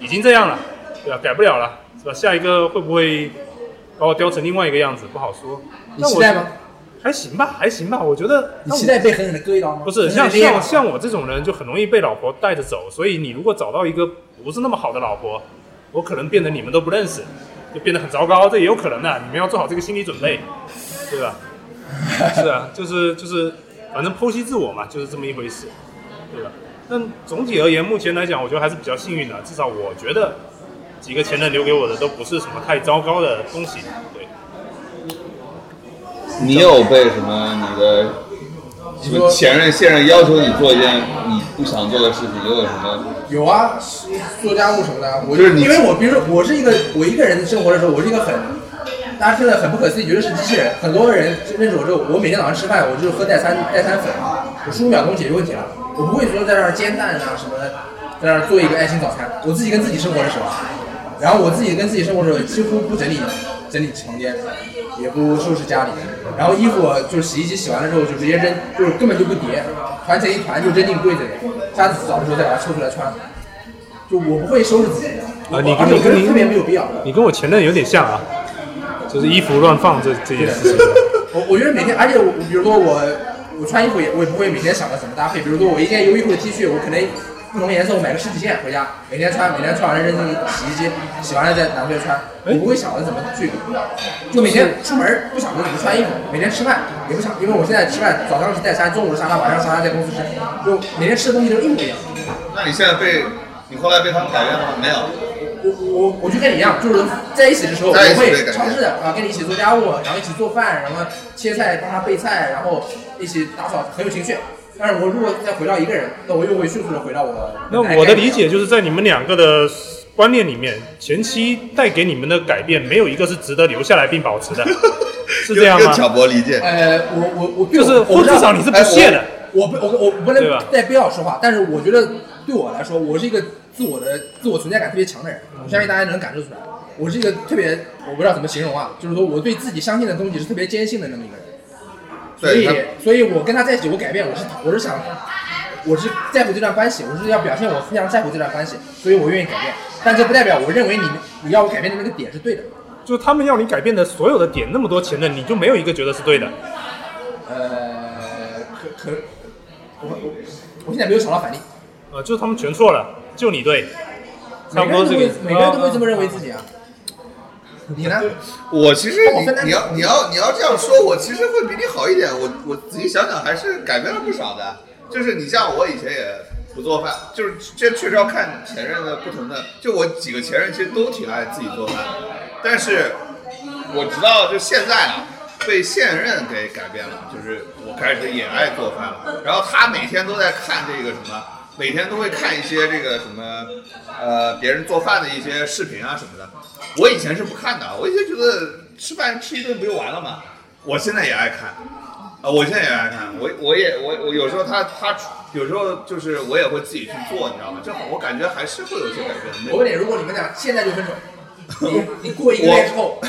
Speaker 1: 已经这样了，对吧？改不了了，是吧？下一个会不会把我雕成另外一个样子，不好说。
Speaker 4: 你
Speaker 1: 那我
Speaker 4: 期待吗？
Speaker 1: 还行吧，还行吧，我觉得。
Speaker 4: 你期待被狠狠的割一刀吗？
Speaker 1: 不是
Speaker 4: 狠狠
Speaker 1: 像
Speaker 4: 地捏一
Speaker 1: 像
Speaker 4: 把
Speaker 1: 像我这种人就很容易被老婆带着走，所以你如果找到一个不是那么好的老婆，我可能变得你们都不认识，就变得很糟糕，这也有可能的、你们要做好这个心理准备，对吧？是啊，就是就是，反正剖析自我嘛，就是这么一回事，对吧？但总体而言，目前来讲，我觉得还是比较幸运的，至少我觉得几个前任留给我的都不是什么太糟糕的东西，对。
Speaker 5: 你有被什么你的什么前任现任要求你做一件你不想做的事情，又有什么？
Speaker 4: 有啊，做家务什么的。我
Speaker 5: 就是你
Speaker 4: 因为我比如说我是一个我一个人生活的时候，我是一个很大家听了很不可思议，觉得是机器人。很多人认识我之后，我每天早上吃饭我就是喝代餐代餐粉，我输入秒钟解决问题了。我不会说在那儿煎蛋啊什么，在那儿做一个爱心早餐。我自己跟自己生活的时候，然后我自己跟自己生活的时候，几乎不整理整理房间，也不收拾家里，然后衣服就是洗衣机洗完了之后就直接扔，就是根本就不叠，团成一团就扔进柜子里，下次洗澡的时候再把它抽出来穿。就我不会收拾自己的，
Speaker 1: 啊，你
Speaker 4: 而
Speaker 1: 跟
Speaker 4: 且
Speaker 1: 你
Speaker 4: 我觉
Speaker 1: 跟
Speaker 4: 得
Speaker 1: 你
Speaker 4: 特别没有必要。
Speaker 1: 你跟我前任有点像啊，就是衣服乱放这这件事情。
Speaker 4: 我我觉得每天，而且我我比如说我我穿衣服也我也不会每天想着怎么搭配，比如说我一件优衣库的 T 恤，我可能不同颜色我买个十几件回家，每天穿，每天穿完了扔进洗衣机，洗完了再拿出来穿，
Speaker 1: 哎
Speaker 4: 我不会想着怎么去，就每天出门不想着怎么穿衣服，每天吃饭也不想，因为我现在吃饭早上是在家，中午是沙拉，晚上沙拉在公司吃，就每天吃的东西都一模一样。
Speaker 5: 那你现在被你后来被他们改变了吗？没有。
Speaker 4: 我我我就跟你一样，就是在一起的时候，我
Speaker 5: 在一起
Speaker 4: 会
Speaker 5: 的感觉
Speaker 4: 尝试啊，跟你一起做家务，然后一起做饭，然后切菜，帮他备菜，然后一起打扫，很有情趣。但是我如果再回到一个人，那我又会迅速的回到我的
Speaker 1: 那我的理解就是在你们两个的观念里面，前期带给你们的改变，没有一个是值得留下来并保 持的，是这样
Speaker 5: 又
Speaker 1: 吗
Speaker 5: 又？挑拨离间。
Speaker 4: 呃，我我我哎
Speaker 1: 就是或至少你是不屑的。
Speaker 4: 我不我我不能
Speaker 1: 对吧
Speaker 4: 代表说话，但是我觉得对我来说，我是一个自我的自我存在感特别强的人，
Speaker 1: 嗯
Speaker 4: 我相信大家能感受出来。我是一个特别，我不知道怎么形容啊，就是说我对自己相信的东西是特别坚信的那么一个人。所
Speaker 5: 对
Speaker 4: 以
Speaker 5: 他，
Speaker 4: 所以我跟他在一起，我改变，我是我是想，我是在乎这段关系，我是要表现我非常在乎这段关系，所以我愿意改变。但这不代表我认为你你要我改变的那个点是对的。
Speaker 1: 就是他们要你改变的所有的点，那么多前任，你就没有一个觉得是对的。
Speaker 4: 呃，可可，我我我现在没有想到反例，
Speaker 1: 呃，就是他们全错了，就你对，差
Speaker 4: 每
Speaker 1: 不多
Speaker 4: 个人都
Speaker 1: 这
Speaker 4: 会
Speaker 1: 个。
Speaker 4: 每个人都会这么认为自己啊。你呢？
Speaker 5: 我其实
Speaker 4: 我分
Speaker 5: 你
Speaker 4: 担
Speaker 5: 你要你要你要这样说，我其实会比你好一点。我我仔细想想，还是改变了不少的。就是你像我以前也不做饭，就是这确实要看前任的不同的。就我几个前任其实都挺爱自己做饭，但是我直到就现在啊，被现任给改变了，就是我开始也爱做饭了。然后他每天都在看这个什么，每天都会看一些这个什么，呃，别人做饭的一些视频啊什么的。我以前是不看的，我以前觉得吃饭吃一顿不就完了吗？我现在也爱看，啊、我现在也爱看，我我也我我有时候他他有时候就是我也会自己去做，你知道吗？这我感觉还是会有一些改变的。
Speaker 4: 我问你，如果你们俩现在就分 手，你你过一个月之后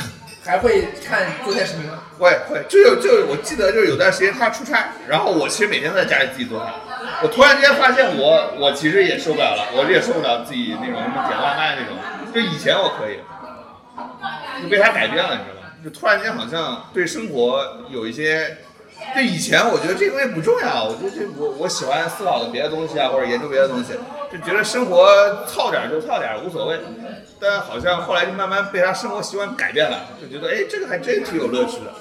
Speaker 4: 还会看做菜视频吗？
Speaker 5: 会会，就有就有我记得就是有段时间他出差，然后我其实每天都在家里自己做饭。我突然间发现我我其实也受不了了，我也受不了自己那种什么点外卖那种。就以前我可以，就被他改变了，你知道吗？就突然间好像对生活有一些，就以前我觉得这东西不重要，我就就我我喜欢思考的别的东西啊，或者研究别的东西，就觉得生活操点儿就操点儿无所谓。但好像后来就慢慢被他生活习惯改变了，就觉得哎，这个还真挺有乐趣的。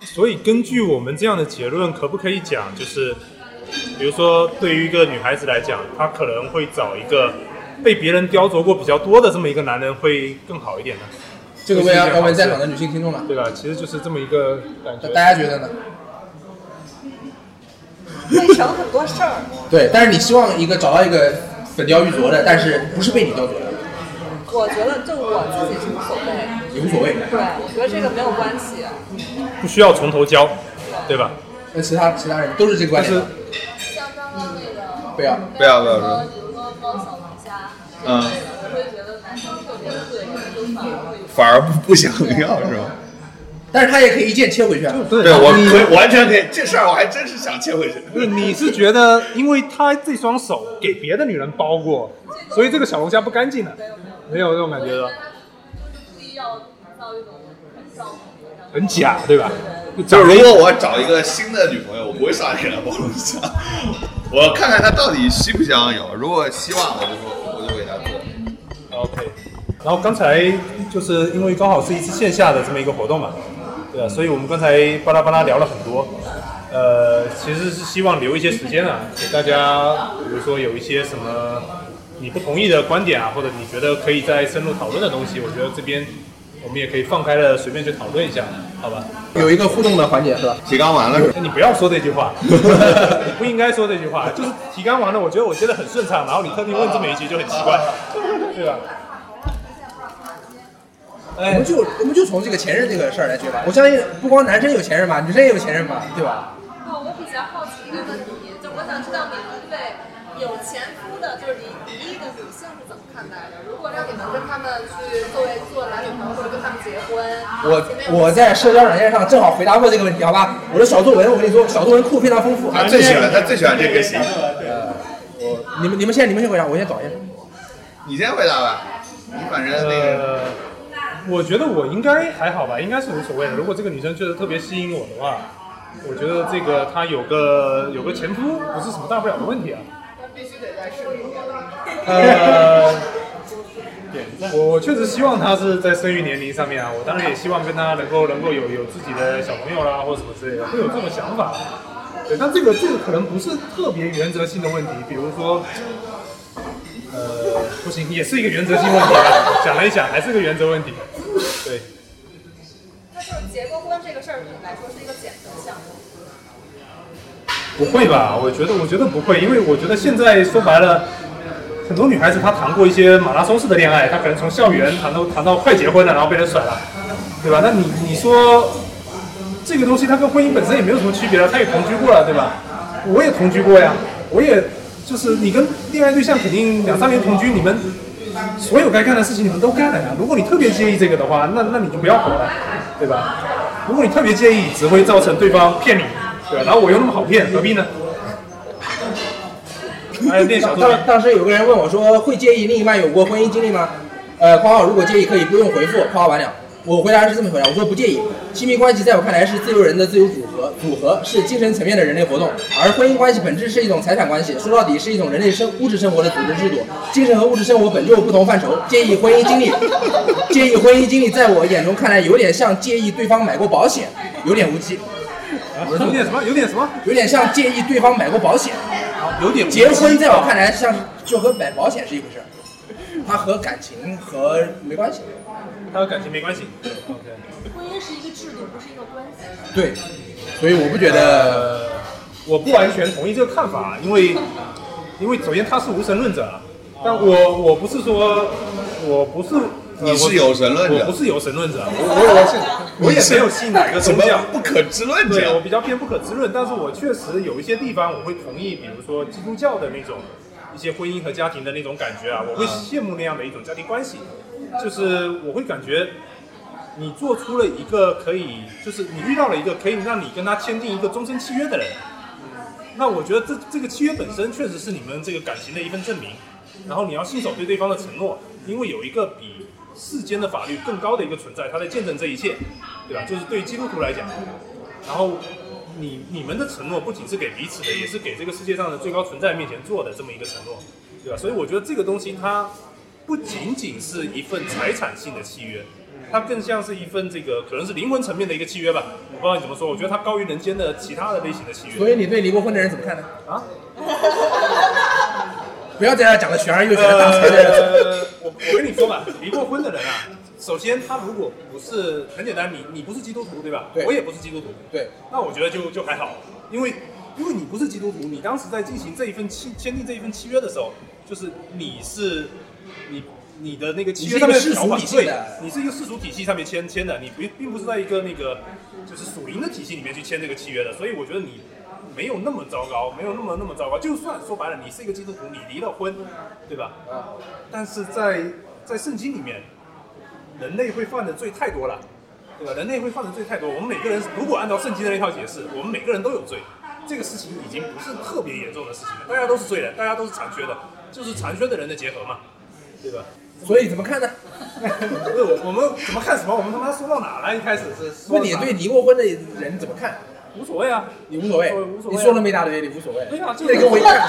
Speaker 1: 所以根据我们这样的结论，可不可以讲，就是比如说对于一个女孩子来讲，她可能会找一个被别人雕琢过比较多的这么一个男人会更好一点呢？
Speaker 4: 这个问要要问在场的女性听众了，
Speaker 1: 对吧？其实就是这么一个感觉。
Speaker 4: 大家觉得呢？
Speaker 3: 会省很多事儿。
Speaker 4: 对，但是你希望一个找到一个粉雕玉琢的，但是不是被你雕琢的，
Speaker 3: 我觉得就我自己是无所谓，
Speaker 4: 也无所谓。
Speaker 3: 对，我觉得这个没有关系。
Speaker 1: 不需要从头教，对吧？
Speaker 4: 那其他其他人都是这个观点吗，
Speaker 10: 像刚刚那个，
Speaker 4: 不要。
Speaker 5: 不要不要不要
Speaker 10: 比如说猫小龙虾，
Speaker 5: 嗯，
Speaker 10: 我会觉得男生特别对，就反而会
Speaker 5: 反而不不想要是吧？
Speaker 4: 但是他也可以一键切回去啊。
Speaker 1: 对
Speaker 5: 对我可以完全可以，这事儿我还真是想切回去。
Speaker 1: 不是，你是觉得因为他这双手给别的女人包过，所以这个小龙虾不干净了，没有这种感觉的，
Speaker 10: 故意要营造一种很照顾的。
Speaker 1: 很假，对吧？
Speaker 5: 就是如果我找一个新的女朋友，我不会上来给她包龙虾，我看看她到底需不需要有。如果希望，我就会我就给她做。
Speaker 1: OK，然后刚才就是因为刚好是一次线下的这么一个活动嘛，对啊，所以我们刚才巴拉巴拉聊了很多，呃，其实是希望留一些时间啊，给大家，比如说有一些什么你不同意的观点啊，或者你觉得可以再深入讨论的东西，我觉得这边我们也可以放开了随便去讨论一下，好吧？
Speaker 4: 有一个互动的环节是吧？
Speaker 5: 提纲完了是吧？
Speaker 1: 那你不要说这句话， 你不应该说这句话。就是提纲完了，我觉得我接的很顺畅，然后你特地问这么一句就很奇怪，对吧？
Speaker 4: 我
Speaker 1: 哎
Speaker 4: 们，就我们就从这个前任这个事儿来决吧。我相信不光男生有前任吧，女生也有前任吧，对吧？
Speaker 10: 啊
Speaker 11: 哦，我比较好奇一个问题，
Speaker 9: 让你们跟他们去作为做男女朋友或者跟他们结婚？
Speaker 4: 我我在社交软件上正好回答过这个问题，好吧？我的小作文，我跟你说，小作文库非常丰
Speaker 1: 嗯
Speaker 4: 富。
Speaker 5: 他最喜欢他最喜欢这个型。
Speaker 4: 你们你们现在你们先回答，我先找一下。
Speaker 5: 你先回答吧，你反正那个。
Speaker 1: 呃我觉得我应该还好吧，应该是无所谓的。如果这个女生确实特别吸引我的话，我觉得这个她有个有个前夫不是什么大不了的问题啊。
Speaker 9: 但必须得在市里面。
Speaker 1: 呃，我我确实希望她是在生育年龄上面啊，我当然也希望跟她能够能够有有自己的小朋友啦，或者什么之类的，会有这种想法。对，但这个这个可能不是特别原则性的问题，比如说，呃，不行，也是一个原则性问题啊。想了一想，还是个原则问题。对，
Speaker 9: 那就是结过婚这个事儿，对你来说是一个减分项。
Speaker 1: 不会吧？我觉得，我觉得不会，因为我觉得现在说白了，很多女孩子她谈过一些马拉松式的恋爱，她可能从校园谈到谈到快结婚了，然后被人甩了，对吧？那你你说这个东西它跟婚姻本身也没有什么区别了，她也同居过了，对吧？我也同居过呀，我也就是你跟恋爱对象肯定两三年同居，你们所有该干的事情你们都干了呀。如果你特别介意这个的话，那那你就不要活了，对吧？如果你特别介意，只会造成对方骗你，对吧？然后我又那么好骗，何必呢？还有练小作文
Speaker 4: 当当时有个人问我说，会介意另一半有过婚姻经历吗？呃，括号如果介意可以不用回复，括号完了。我回答是这么回答，我说不介意。亲密关系在我看来是自由人的自由组合，组合是精神层面的人类活动，而婚姻关系本质是一种财产关系，说到底是一种人类生物质生活的组织制度，精神和物质生活本就不同范畴。介意婚姻经历，介意婚姻经历，在我眼中看来有点像介意对方买过保险，有点无稽。
Speaker 1: 有点什么？有点什么？
Speaker 4: 有点像介意对方买过保险。
Speaker 1: 有点无稽
Speaker 4: 结婚在我看来像是就和买保险是一回事 儿，它和感情和没关系。
Speaker 1: 他和感情没关系。
Speaker 12: 婚姻是一个制度，不是一个关系。
Speaker 4: 对，所以我不觉得、
Speaker 1: 我不完全同意这个看法，啊因为因为首先他是无神论者啊，但我我不是说我不是。呃
Speaker 5: 你是有神论者
Speaker 1: 我不是有神论者，我我我是我也没有信哪个宗
Speaker 5: 你是什
Speaker 1: 教
Speaker 5: 么，不可知论者
Speaker 1: 对，我比较偏不可知论，但是我确实有一些地方我会同意，比如说基督教的那种一些婚姻和家庭的那种感觉啊，我会
Speaker 5: 嗯
Speaker 1: 羡慕那样的一种家庭关系，就是我会感觉你做出了一个可以，就是你遇到了一个可以让你跟他签订一个终身契约的人，那我觉得这这个契约本身确实是你们这个感情的一份证明，然后你要信守对对方的承诺，因为有一个比世间的法律更高的一个存在，他在见证这一切，对吧？就是对于基督徒来讲，然后你你们的承诺不仅是给彼此的，也是给这个世界上的最高存在面前做的这么一个承诺，对吧？所以我觉得这个东西它不仅仅是一份财产性的契约，它更像是一份这个可能是灵魂层面的一个契约吧。我不知道你怎么说，我觉得它高于人间的其他的类型的契约。
Speaker 4: 所以你对离过婚的人怎么看呢？
Speaker 1: 啊？
Speaker 4: 不要在这讲的 全是又全是大词儿。
Speaker 1: 呃，我我跟你说吧，离过婚的人啊，首先他如果不是很简单，你你不是基督徒对吧？
Speaker 4: 对
Speaker 1: 我也不是基督徒，
Speaker 4: 对，
Speaker 1: 那我觉得就就还好，因为因为你不是基督徒，你当时在进行这一份契签订这一份契约的时候，就是你是你你的那个契约上面的条款，
Speaker 4: 你是一个世俗体系
Speaker 1: 对
Speaker 4: 的，
Speaker 1: 你是一个世俗体系上面签签的，你不并不是在一个那个就是属灵的体系里面去签这个契约的，所以我觉得你没有那么糟糕，没有那么那么糟糕。就算说白了，你是一个基督徒，你离了婚，对吧？
Speaker 4: 啊
Speaker 1: 但是在在圣经里面，人类会犯的罪太多了，对吧？人类会犯的罪太多。我们每个人如果按照圣经的那套解释，我们每个人都有罪。这个事情已经不是特别严重的事情了，大家都是罪人，大家都是残缺的，就是残缺的人的结合嘛，对吧？
Speaker 4: 所以怎么看 呢？
Speaker 1: 不是我我们怎么看什么？我们他妈说到哪了？一开始是说
Speaker 4: 问
Speaker 1: 到
Speaker 4: 你
Speaker 1: 哪
Speaker 4: 对离过婚的人怎么看？
Speaker 1: 无所谓啊，
Speaker 4: 你无所谓
Speaker 1: 无所，谓
Speaker 4: 你
Speaker 1: 啊
Speaker 4: 说那么一大堆，你无所谓。
Speaker 1: 对啊，就
Speaker 4: 那跟我一看，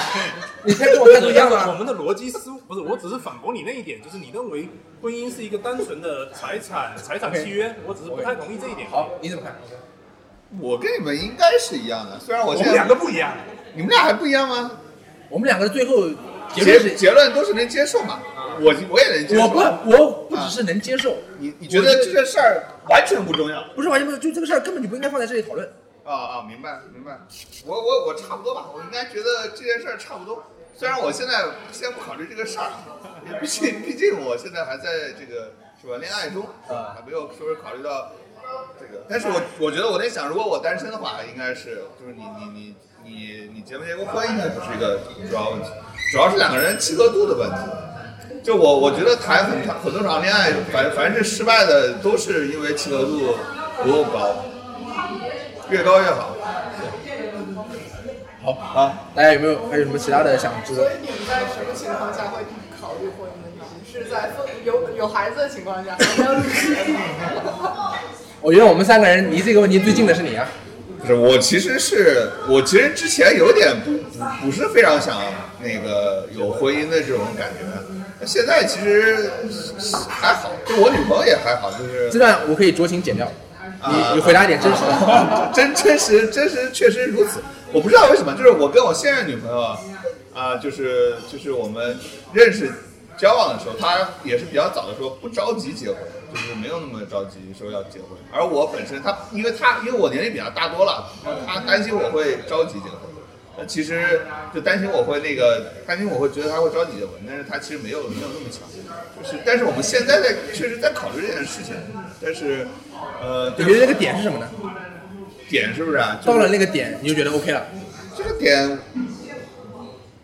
Speaker 4: 你看跟我 看不一样
Speaker 1: 我
Speaker 4: 啊。
Speaker 1: 们的逻辑思路不是，我只是反驳你那一点，就是你认为婚姻是一个单纯的财产财产契约，我只是不太同意这一点。
Speaker 4: 好，你怎么看？
Speaker 5: 我跟你们应该是一样的，虽然我
Speaker 1: 我
Speaker 5: 现
Speaker 1: 们
Speaker 5: 在
Speaker 1: 两个不一样。
Speaker 5: 你们俩还不一样吗？
Speaker 4: 我们两个最后结论
Speaker 5: 结
Speaker 4: 是，
Speaker 5: 结论都是能接受嘛，我我也能接受。
Speaker 4: 我不，我不只是能接受，
Speaker 5: 你你觉得这件事儿完全不重要
Speaker 4: 不是完全不是，就这个事儿根本就不应该放在这里讨论。
Speaker 5: 啊啊，明白明白。我我我差不多吧，我应该觉得这件事儿差不多。虽然我现在先不考虑这个事儿，啊毕竟毕竟我现在还在这个是吧恋爱中，
Speaker 4: 啊
Speaker 5: 还没有说是考虑到这个。但是我我觉得我在想，如果我单身的话，应该是就是你你你你你结没结过婚，应该不是一个主要问题，主要是两个人契合度的问题。就我我觉得谈很长很多场恋爱，反凡是失败的都是因为契合度不够高，越高越好。好啊，
Speaker 4: 大家有没有还有什么其他的想知道
Speaker 3: 所？以你在什么情况下会考虑婚姻呢？你是在父有有孩子的情况下，还是要旅行？
Speaker 4: 我觉得我们三个人离这个问题最近的是你啊。
Speaker 5: 不是，我其实是我其实之前有点不不不是非常想那个有婚姻的这种感觉，那现在其实还好，就我女朋友也还好，就是
Speaker 4: 这段我可以酌情剪掉。
Speaker 5: 啊
Speaker 4: 你你回答一点真实的
Speaker 5: 真真实真实确实如此。我不知道为什么，就是我跟我现任女朋友啊，啊，就是就是我们认识交往的时候，她也是比较早的说不着急结婚，就是没有那么着急说要结婚。而我本身，她因为她因为我年龄比她大多了，她担心我会着急结婚。呃其实就担心我会那个，担心我会觉得她会着急结婚，但是她其实没有没有那么强，就是但是我们现在在确实在考虑这件事情，但是呃，
Speaker 4: 你觉得那个点是什么呢？
Speaker 5: 点是不是啊？
Speaker 4: 到了那个点你就觉得 OK 了。
Speaker 5: 这个点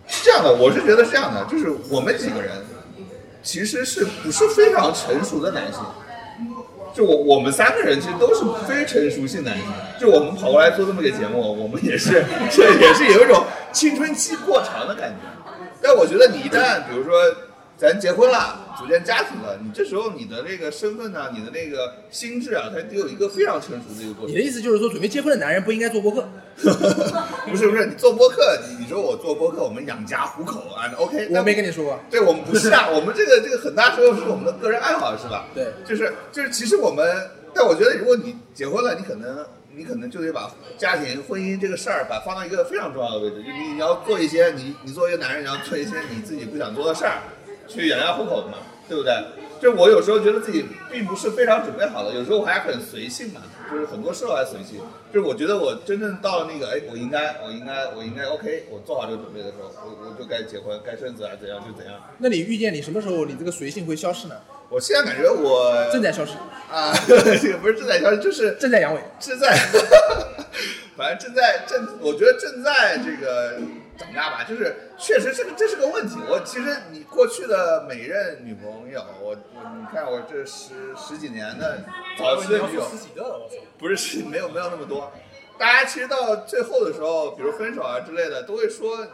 Speaker 5: 是这样的，我是觉得是这样的，就是我们几个人其实是不是非常成熟的男性？就我我们三个人其实都是非成熟性男性，就我们跑过来做这么个节目，我们也是 这也是有一种青春期过长的感觉。但我觉得你一旦比如说咱结婚了，组建家庭了，你这时候你的那个身份呢、你的那个心智啊，它得有一个非常成熟的一个过程。
Speaker 4: 你的意思就是说，准备结婚的男人不应该做播客？
Speaker 5: 不是不是，你做播客，你你说我做播客，我们养家糊口啊，OK？
Speaker 4: 我没跟你说过。
Speaker 5: 对我们不是啊，我们这个这个很大时候是我们的个人爱好，是吧？
Speaker 4: 对，
Speaker 5: 就是就是，其实我们，但我觉得如果你结婚了，你可能你可能就得把家庭、婚姻这个事儿，把放到一个非常重要的位置，就你你要做一些你你作为一个男人，你要做一些你自己不想做的事儿，去养家糊口嘛，对不对？就我有时候觉得自己并不是非常准备好的，有时候我还很随性嘛，就是很多事我还随性。就是我觉得我真正到了那个，哎，我应该，我应该，我应该 OK，我做好这个准备的时候，我我就该结婚，该生子啊，怎样就怎样。
Speaker 4: 那你遇见你什么时候你这个随性会消失呢？
Speaker 5: 我现在感觉我
Speaker 4: 正在消失
Speaker 5: 啊， 也不是正在消失，就是
Speaker 4: 正在阳痿，
Speaker 5: 正在， 反正正在正，我觉得正在这个长大吧，就是确实是个这是个问题。我其实你过去的每任女朋友，我我你看我这十十几年的早期的女友，不是是没有没有那么多。大家其实到最后的时候，比如分手啊之类的，都会说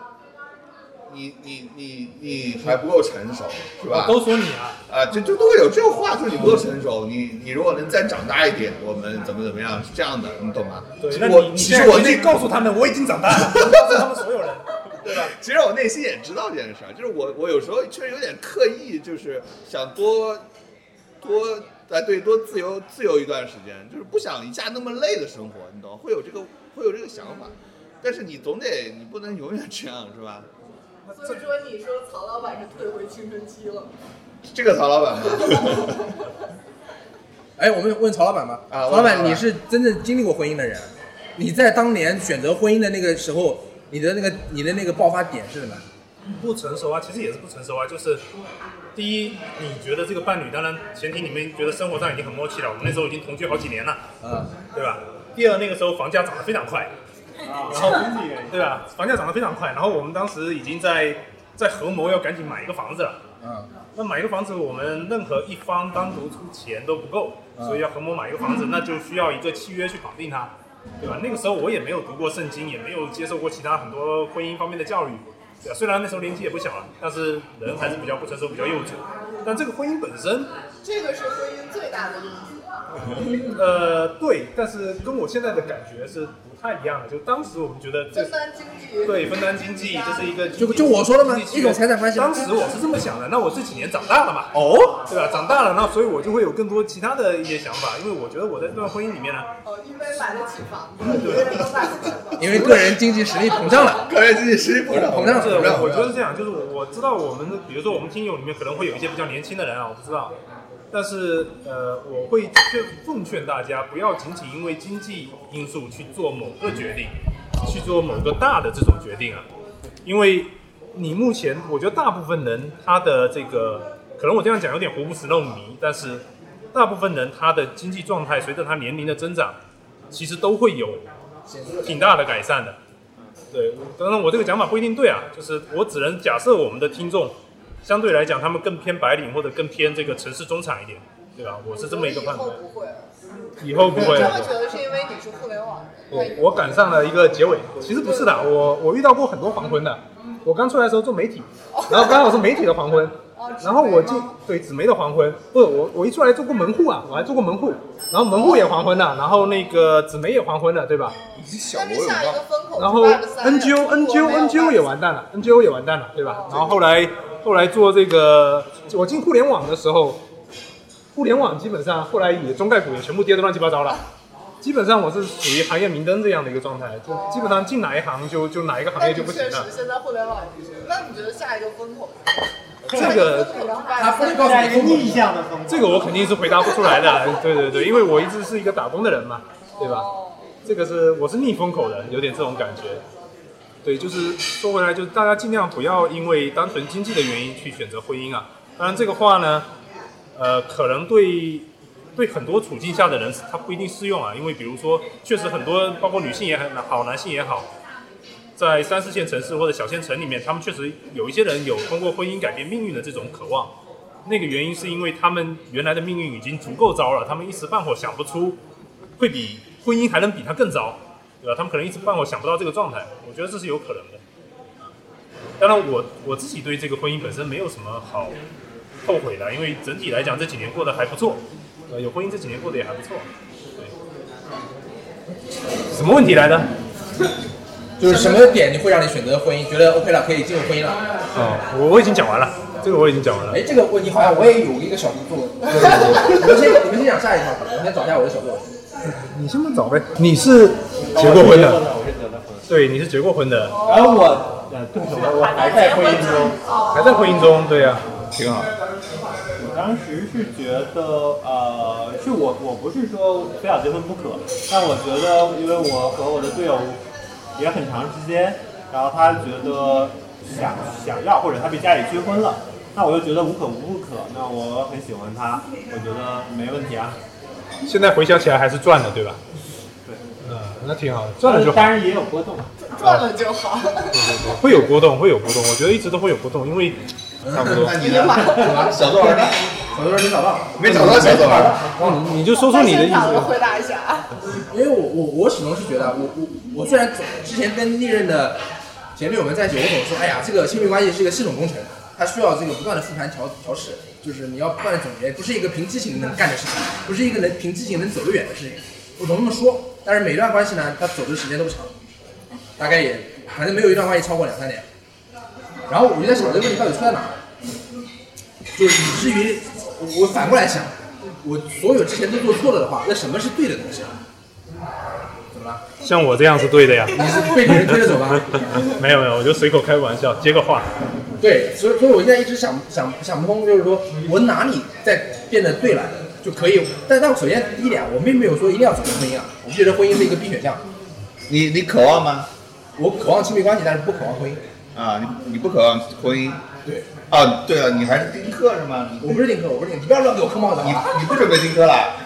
Speaker 5: 你你你你还不够成熟，是吧？
Speaker 1: 都说你啊，
Speaker 5: 啊，就就都会有这种话，说你不够成熟，你你如果能再长大一点，我们怎么怎么样，是这样的，你懂吗？
Speaker 1: 对
Speaker 5: 其，实
Speaker 1: 那
Speaker 5: 我
Speaker 1: 你
Speaker 5: 其实我
Speaker 1: 你
Speaker 5: 内
Speaker 1: 得告诉他们，我已经长大 了，告诉他们所有人，
Speaker 5: 对吧？其实我内心也知道这件事儿，就是我我有时候确实有点刻意，就是想多多哎对多自由自由一段时间，就是不想一下那么累的生活，你懂？会有这个会有这个想法，但是你总得你不能永远这样，是吧？
Speaker 3: 所以说你说曹老板是退回青春期了，
Speaker 5: 这个曹老板吗？
Speaker 4: 哎，我们问曹老板吧。
Speaker 5: 啊问
Speaker 4: 曹老
Speaker 5: 曹老
Speaker 4: 板，
Speaker 5: 板
Speaker 4: 你是真正经历过婚姻的人，你在当年选择婚姻的那个时候，你的那个你的那个爆发点是什么？
Speaker 1: 不成熟啊，其实也是不成熟啊，就是第一，你觉得这个伴侣，当然前提你们觉得生活上已经很默契了，我们那时候已经同居好几年了，
Speaker 4: 嗯，
Speaker 1: 对吧？第二，那个时候房价涨得非常快，然后对吧？房价涨得非常快，然后我们当时已经在在合谋要赶紧买一个房子了。
Speaker 4: 嗯，
Speaker 1: 那买一个房子，我们任何一方单独出钱都不够，
Speaker 4: 嗯
Speaker 1: 所以要合谋买一个房子，那就需要一个契约去绑定它，对吧？那个时候我也没有读过圣经，也没有接受过其他很多婚姻方面的教育，对吧？虽然那时候年纪也不小了，但是人还是比较不成熟，比较幼稚。但这个婚姻本身，
Speaker 3: 这个是婚姻最大的问题。
Speaker 1: 呃，对，但是跟我现在的感觉是不太一样的。就当时我们觉得这
Speaker 3: 分担经济，哦
Speaker 1: 对分担经济，这是一个经济
Speaker 4: 就就我说了嘛
Speaker 1: 经济契约
Speaker 4: 一种财产关系嘛
Speaker 1: 当时我是这么想的，那我这几年长大了嘛，哦，对吧？长大了，那所以我就会有更多其他的一些想法，因为我觉得我在这段婚姻里面呢，
Speaker 3: 哦，因为买得起房子，一个人都买不起 房子。
Speaker 4: 因为个人经济实力膨胀了。
Speaker 5: 个人经济实力膨胀，
Speaker 4: 膨胀
Speaker 1: 是
Speaker 4: 膨胀
Speaker 1: 我我觉得是这样，就是我知道我们的，比如说我们听友里面可能会有一些比较年轻的人啊，我不知道，但是呃，我会劝奉劝大家不要仅仅因为经济因素去做某个决定，去做某个大的这种决定啊，因为你目前我觉得大部分人他的这个，可能我这样讲有点活不死肉迷，但是大部分人他的经济状态随着他年龄的增长，其实都会有挺大的改善的。对，当然我这个讲法不一定对啊，就是我只能假设我们的听众
Speaker 13: 相对来讲他们更偏白领或者更偏这个城市中产一点，对吧？我是这么一个判断。
Speaker 3: 不会，
Speaker 13: 以后不会
Speaker 3: 这么觉得是因为你是互联网人，
Speaker 1: 我我赶上了一个结尾，其实不是的，我我遇到过很多黄昏的。我刚出来的时候做媒体，然后刚好是媒体的黄昏，然后我进对纸媒的黄昏，不是我我一出来做过门户啊，我还做过门户，然后门户也黄昏了，然后那个纸媒也黄昏了，对吧？
Speaker 5: 小罗有道。
Speaker 1: 然后 NGO NGO NGO 也完蛋了，NGO 也完蛋了，对吧？然后后来后来做这个，我进互联网的时候，互联网基本上后来也中概股也全部跌得乱七八糟了。基本上我是属于行业明灯这样的一个状态，就基本上进哪一行就就哪一个行
Speaker 3: 但
Speaker 1: 业
Speaker 3: 你
Speaker 1: 就不行
Speaker 3: 确
Speaker 1: 了
Speaker 3: 实。现在互联网，那你觉得下一个风口？
Speaker 1: 这个
Speaker 3: 他不
Speaker 1: 向的风，这个我肯定是回答不出来的。对对对，因为我一直是一个打工的人嘛，对吧？这个是我是逆风口的，有点这种感觉。对，就是说回来，就是大家尽量不要因为单纯经济的原因去选择婚姻啊。当然，这个话呢，呃，可能对对很多处境下的人，他不一定适用啊。因为比如说，确实很多，包括女性也好，男性也好，在三四线城市或者小县城里面，他们确实有一些人有通过婚姻改变命运的这种渴望。那个原因是因为他们原来的命运已经足够糟了，他们一时半会儿想不出会比婚姻还能比它更糟，对吧？他们可能一时半会儿想不到这个状态，我觉得这是有可能的。当然我，我自己对这个婚姻本身没有什么好后悔的，因为整体来讲这几年过得还不错，呃，有婚姻这几年过得也还不错。对，什么问题来的？
Speaker 4: 就是什么点你会让你选择婚姻？觉得 OK 了，可以进入婚姻了？
Speaker 13: 哦，我我已经讲完了，这个我已经讲完了。
Speaker 4: 哎，这个问题好像我也有一个小动作。你们先，你们先讲下一套，我先找一下我的小作文。
Speaker 1: 你先不找呗。你是结过婚的，对，你是结过婚的，
Speaker 14: 然后我，呃，对我我还在婚姻中，
Speaker 1: 还在婚姻中，对啊呀、挺好。
Speaker 14: 我当时是觉得，呃，是我我不是说非要结婚不可，但我觉得，因为我和我的队友也很长时间，然后他觉得想想要，或者他被家里催婚了，那我就觉得无可无不可，那我很喜欢他，我觉得没问题啊。
Speaker 1: 现在回想起来还是赚的，对吧？
Speaker 14: 对，
Speaker 1: 嗯，那挺好的，赚了就好。
Speaker 14: 当然也有波动，
Speaker 3: 赚了就好。
Speaker 1: 会有波动，会有波动，我觉得一直都会有波动，因为差不多。
Speaker 5: 那你呢 小作文呢？
Speaker 4: 小作文没找到，
Speaker 5: 没找到小作文。
Speaker 1: 哦，你就 说说你的意
Speaker 3: 现场
Speaker 1: 思。
Speaker 3: 回答一下啊。
Speaker 4: 因为我我我始终是觉得，啊我我我虽然之前跟历任的前女友们在一起，我总说，哎呀，这个亲密关系是一个系统工程，它需要这个不断的复盘调调试，就是你要不断的总结，不是一个凭激情能干的事情，不是一个能凭激情能走得远的事情。我总这么说，但是每段关系呢，它走的时间都不长，大概也反正没有一段关系超过两三年。然后我就在想这个问题到底出在哪儿，就是以至于我我反过来想，我所有之前都做错了的话，那什么是对的东西？啊怎么了？
Speaker 13: 像我这样是对 的呀。
Speaker 4: 你是被别人推着走吗？
Speaker 13: 没有没有，我就随口开个玩笑，接个话。
Speaker 4: 对，所以所以我现在一直想想想不通，就是说我哪里在变得对了就可以。但但首先第一点，我并没有说一定要走入婚姻啊，我觉得婚姻是一个必选项。
Speaker 5: 你你渴望吗？
Speaker 4: 我渴望亲密关系，但是不渴望婚姻。
Speaker 5: 啊，你你不渴望婚姻？
Speaker 4: 对。
Speaker 5: 啊，对了，你还是丁克是吗？
Speaker 4: 我不是丁克，我不是丁克，你不要乱给我扣帽子好吧？
Speaker 5: 你不准备丁克了？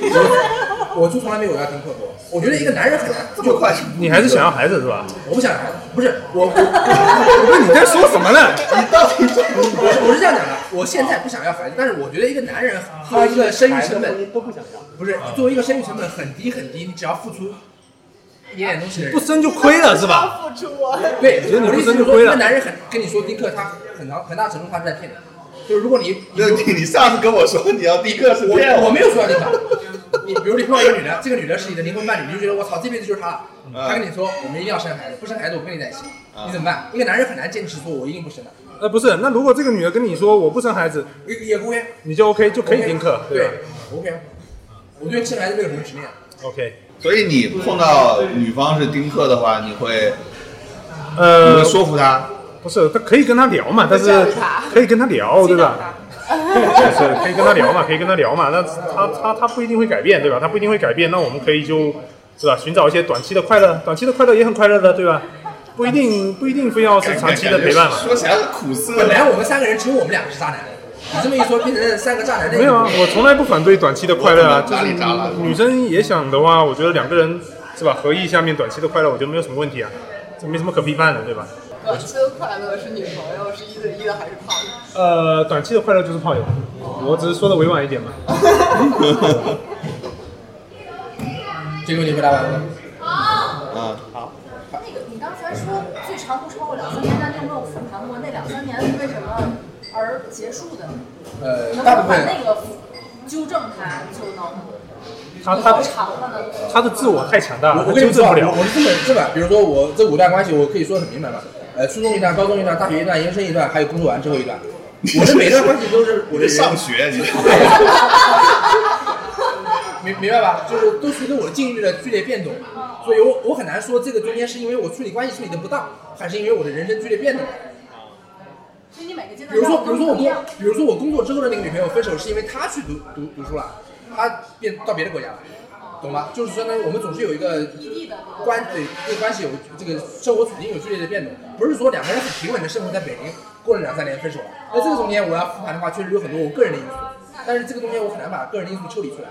Speaker 4: 我我就从来没有要丁克过。我觉得一个男人很难这么快，
Speaker 13: 你还是想要孩子是吧？
Speaker 4: 我不想要孩子，不是我我我
Speaker 13: 不是你在说什么呢？
Speaker 5: 你到底在？
Speaker 4: 我是我是这样讲的，我现在不想要孩子，但是我觉得一个男人
Speaker 14: 啊
Speaker 4: 作为一个生育成本，
Speaker 14: 都不想要，
Speaker 4: 不是
Speaker 1: 啊
Speaker 4: 作为一个生育成本很低很低，你只要付出一点点东西，
Speaker 1: 不生就亏了是吧？
Speaker 3: 付出啊。
Speaker 4: 对，
Speaker 1: 觉得你
Speaker 4: 我的
Speaker 1: 不啊
Speaker 4: 意
Speaker 1: 生
Speaker 4: 思是
Speaker 1: 就
Speaker 4: 说，
Speaker 1: 亏
Speaker 4: 一个
Speaker 1: 了。
Speaker 4: 男人很跟你说丁克，他很长很大程度他是在骗你。就是如果你，
Speaker 5: 那你你上次跟我说你要丁克是这样，
Speaker 4: 我我没有说要丁克。你比如你碰到一个女的，这个女的是你的灵魂伴侣，你就觉得我操，这辈子就是她了。
Speaker 1: 嗯
Speaker 4: 她跟你说我们一定要生孩子，不生孩子我不跟你在一起，你怎么办？一个男人很难坚持说我一定不生的，
Speaker 1: 呃，不是，那如果这个女的跟你说我不生孩子，
Speaker 4: 也也 OK，
Speaker 1: 你就 OK 就可以丁克，
Speaker 4: 对
Speaker 1: 吧？
Speaker 4: ，OK 啊。我对生孩子没有什么执念。
Speaker 1: OK，
Speaker 5: 所以你碰到女方是丁克的话，你会
Speaker 1: 呃，
Speaker 5: 你会说服她？
Speaker 1: 不是，他可以跟他聊嘛，但是可以跟他聊，对吧？ 是可以跟他聊嘛，可以跟他聊嘛。那他他他不一定会改变，对吧？他不一定会改变，那我们可以就是吧，寻找一些短期的快乐，短期的快乐也很快乐的，对吧？不一定不一定非要呃是长期的陪伴嘛。
Speaker 5: 说起来很苦涩。啊
Speaker 4: 本来我们三个人只有我们俩是渣男，你这么一说变成三个渣男那
Speaker 1: 没有啊，我从来不反对短期的快乐啊，
Speaker 5: 我
Speaker 1: 就
Speaker 5: 哪
Speaker 1: 是
Speaker 5: 里渣了
Speaker 1: 女生也想的话，我觉得两个人是吧，合意下面短期的快乐，我觉得没有什么问题啊，这没什么可批判的，对吧？
Speaker 3: 短期的呃快乐是女朋友，是一对一的还是炮友？
Speaker 1: 呃，短期的快乐就是炮友，我只是说的委婉一点嘛。
Speaker 4: 这个问题回答完了。
Speaker 5: 啊，
Speaker 1: 好。
Speaker 9: 那个，你刚才说最长不超过两三年，但你有没有复盘过那两三年是为什么而结束的？
Speaker 4: 呃
Speaker 9: 能，不
Speaker 4: 大
Speaker 9: 能
Speaker 4: 部
Speaker 9: 把
Speaker 4: 分
Speaker 9: 那个纠正它，就能
Speaker 1: 他
Speaker 4: 啊
Speaker 9: 有
Speaker 1: 他
Speaker 9: 多长了呢？
Speaker 1: 他的自我太强大了，
Speaker 4: 我
Speaker 1: 他
Speaker 4: 跟
Speaker 1: 纠
Speaker 4: 你说
Speaker 1: 正
Speaker 4: 啊，
Speaker 1: 不了
Speaker 4: 我。我是这么这么，比如说我这五段关系，我可以说得很明白嘛。呃，初中一段，高中一段，大学一段，研究生一段，还有工作完之后一段。我的每段关系都是我的
Speaker 5: 这上学你。
Speaker 4: 明明白吧？就是都随着我的境遇的剧烈变动，所以我我很难说这个中间是因为我处理关系处理的不当，还是因为我的人生剧烈变动。
Speaker 9: 所以你每个阶
Speaker 4: 比
Speaker 9: 段
Speaker 4: 如说，
Speaker 9: 上
Speaker 4: 比如说我
Speaker 9: 不一样
Speaker 4: 工，比如说我工作之后的那个女朋友分手，是因为她去读读读书了，她变到别的国家了，懂吗？就是相当于我们总是有一个关对对关系有这个生活处境有剧烈的变动，不是说两个人很平稳的生活在北京，过了两三年分手了。那这个中间我要复盘的话，确实有很多我个人的因素，但是这个中间我很难把个人因素抽离出来。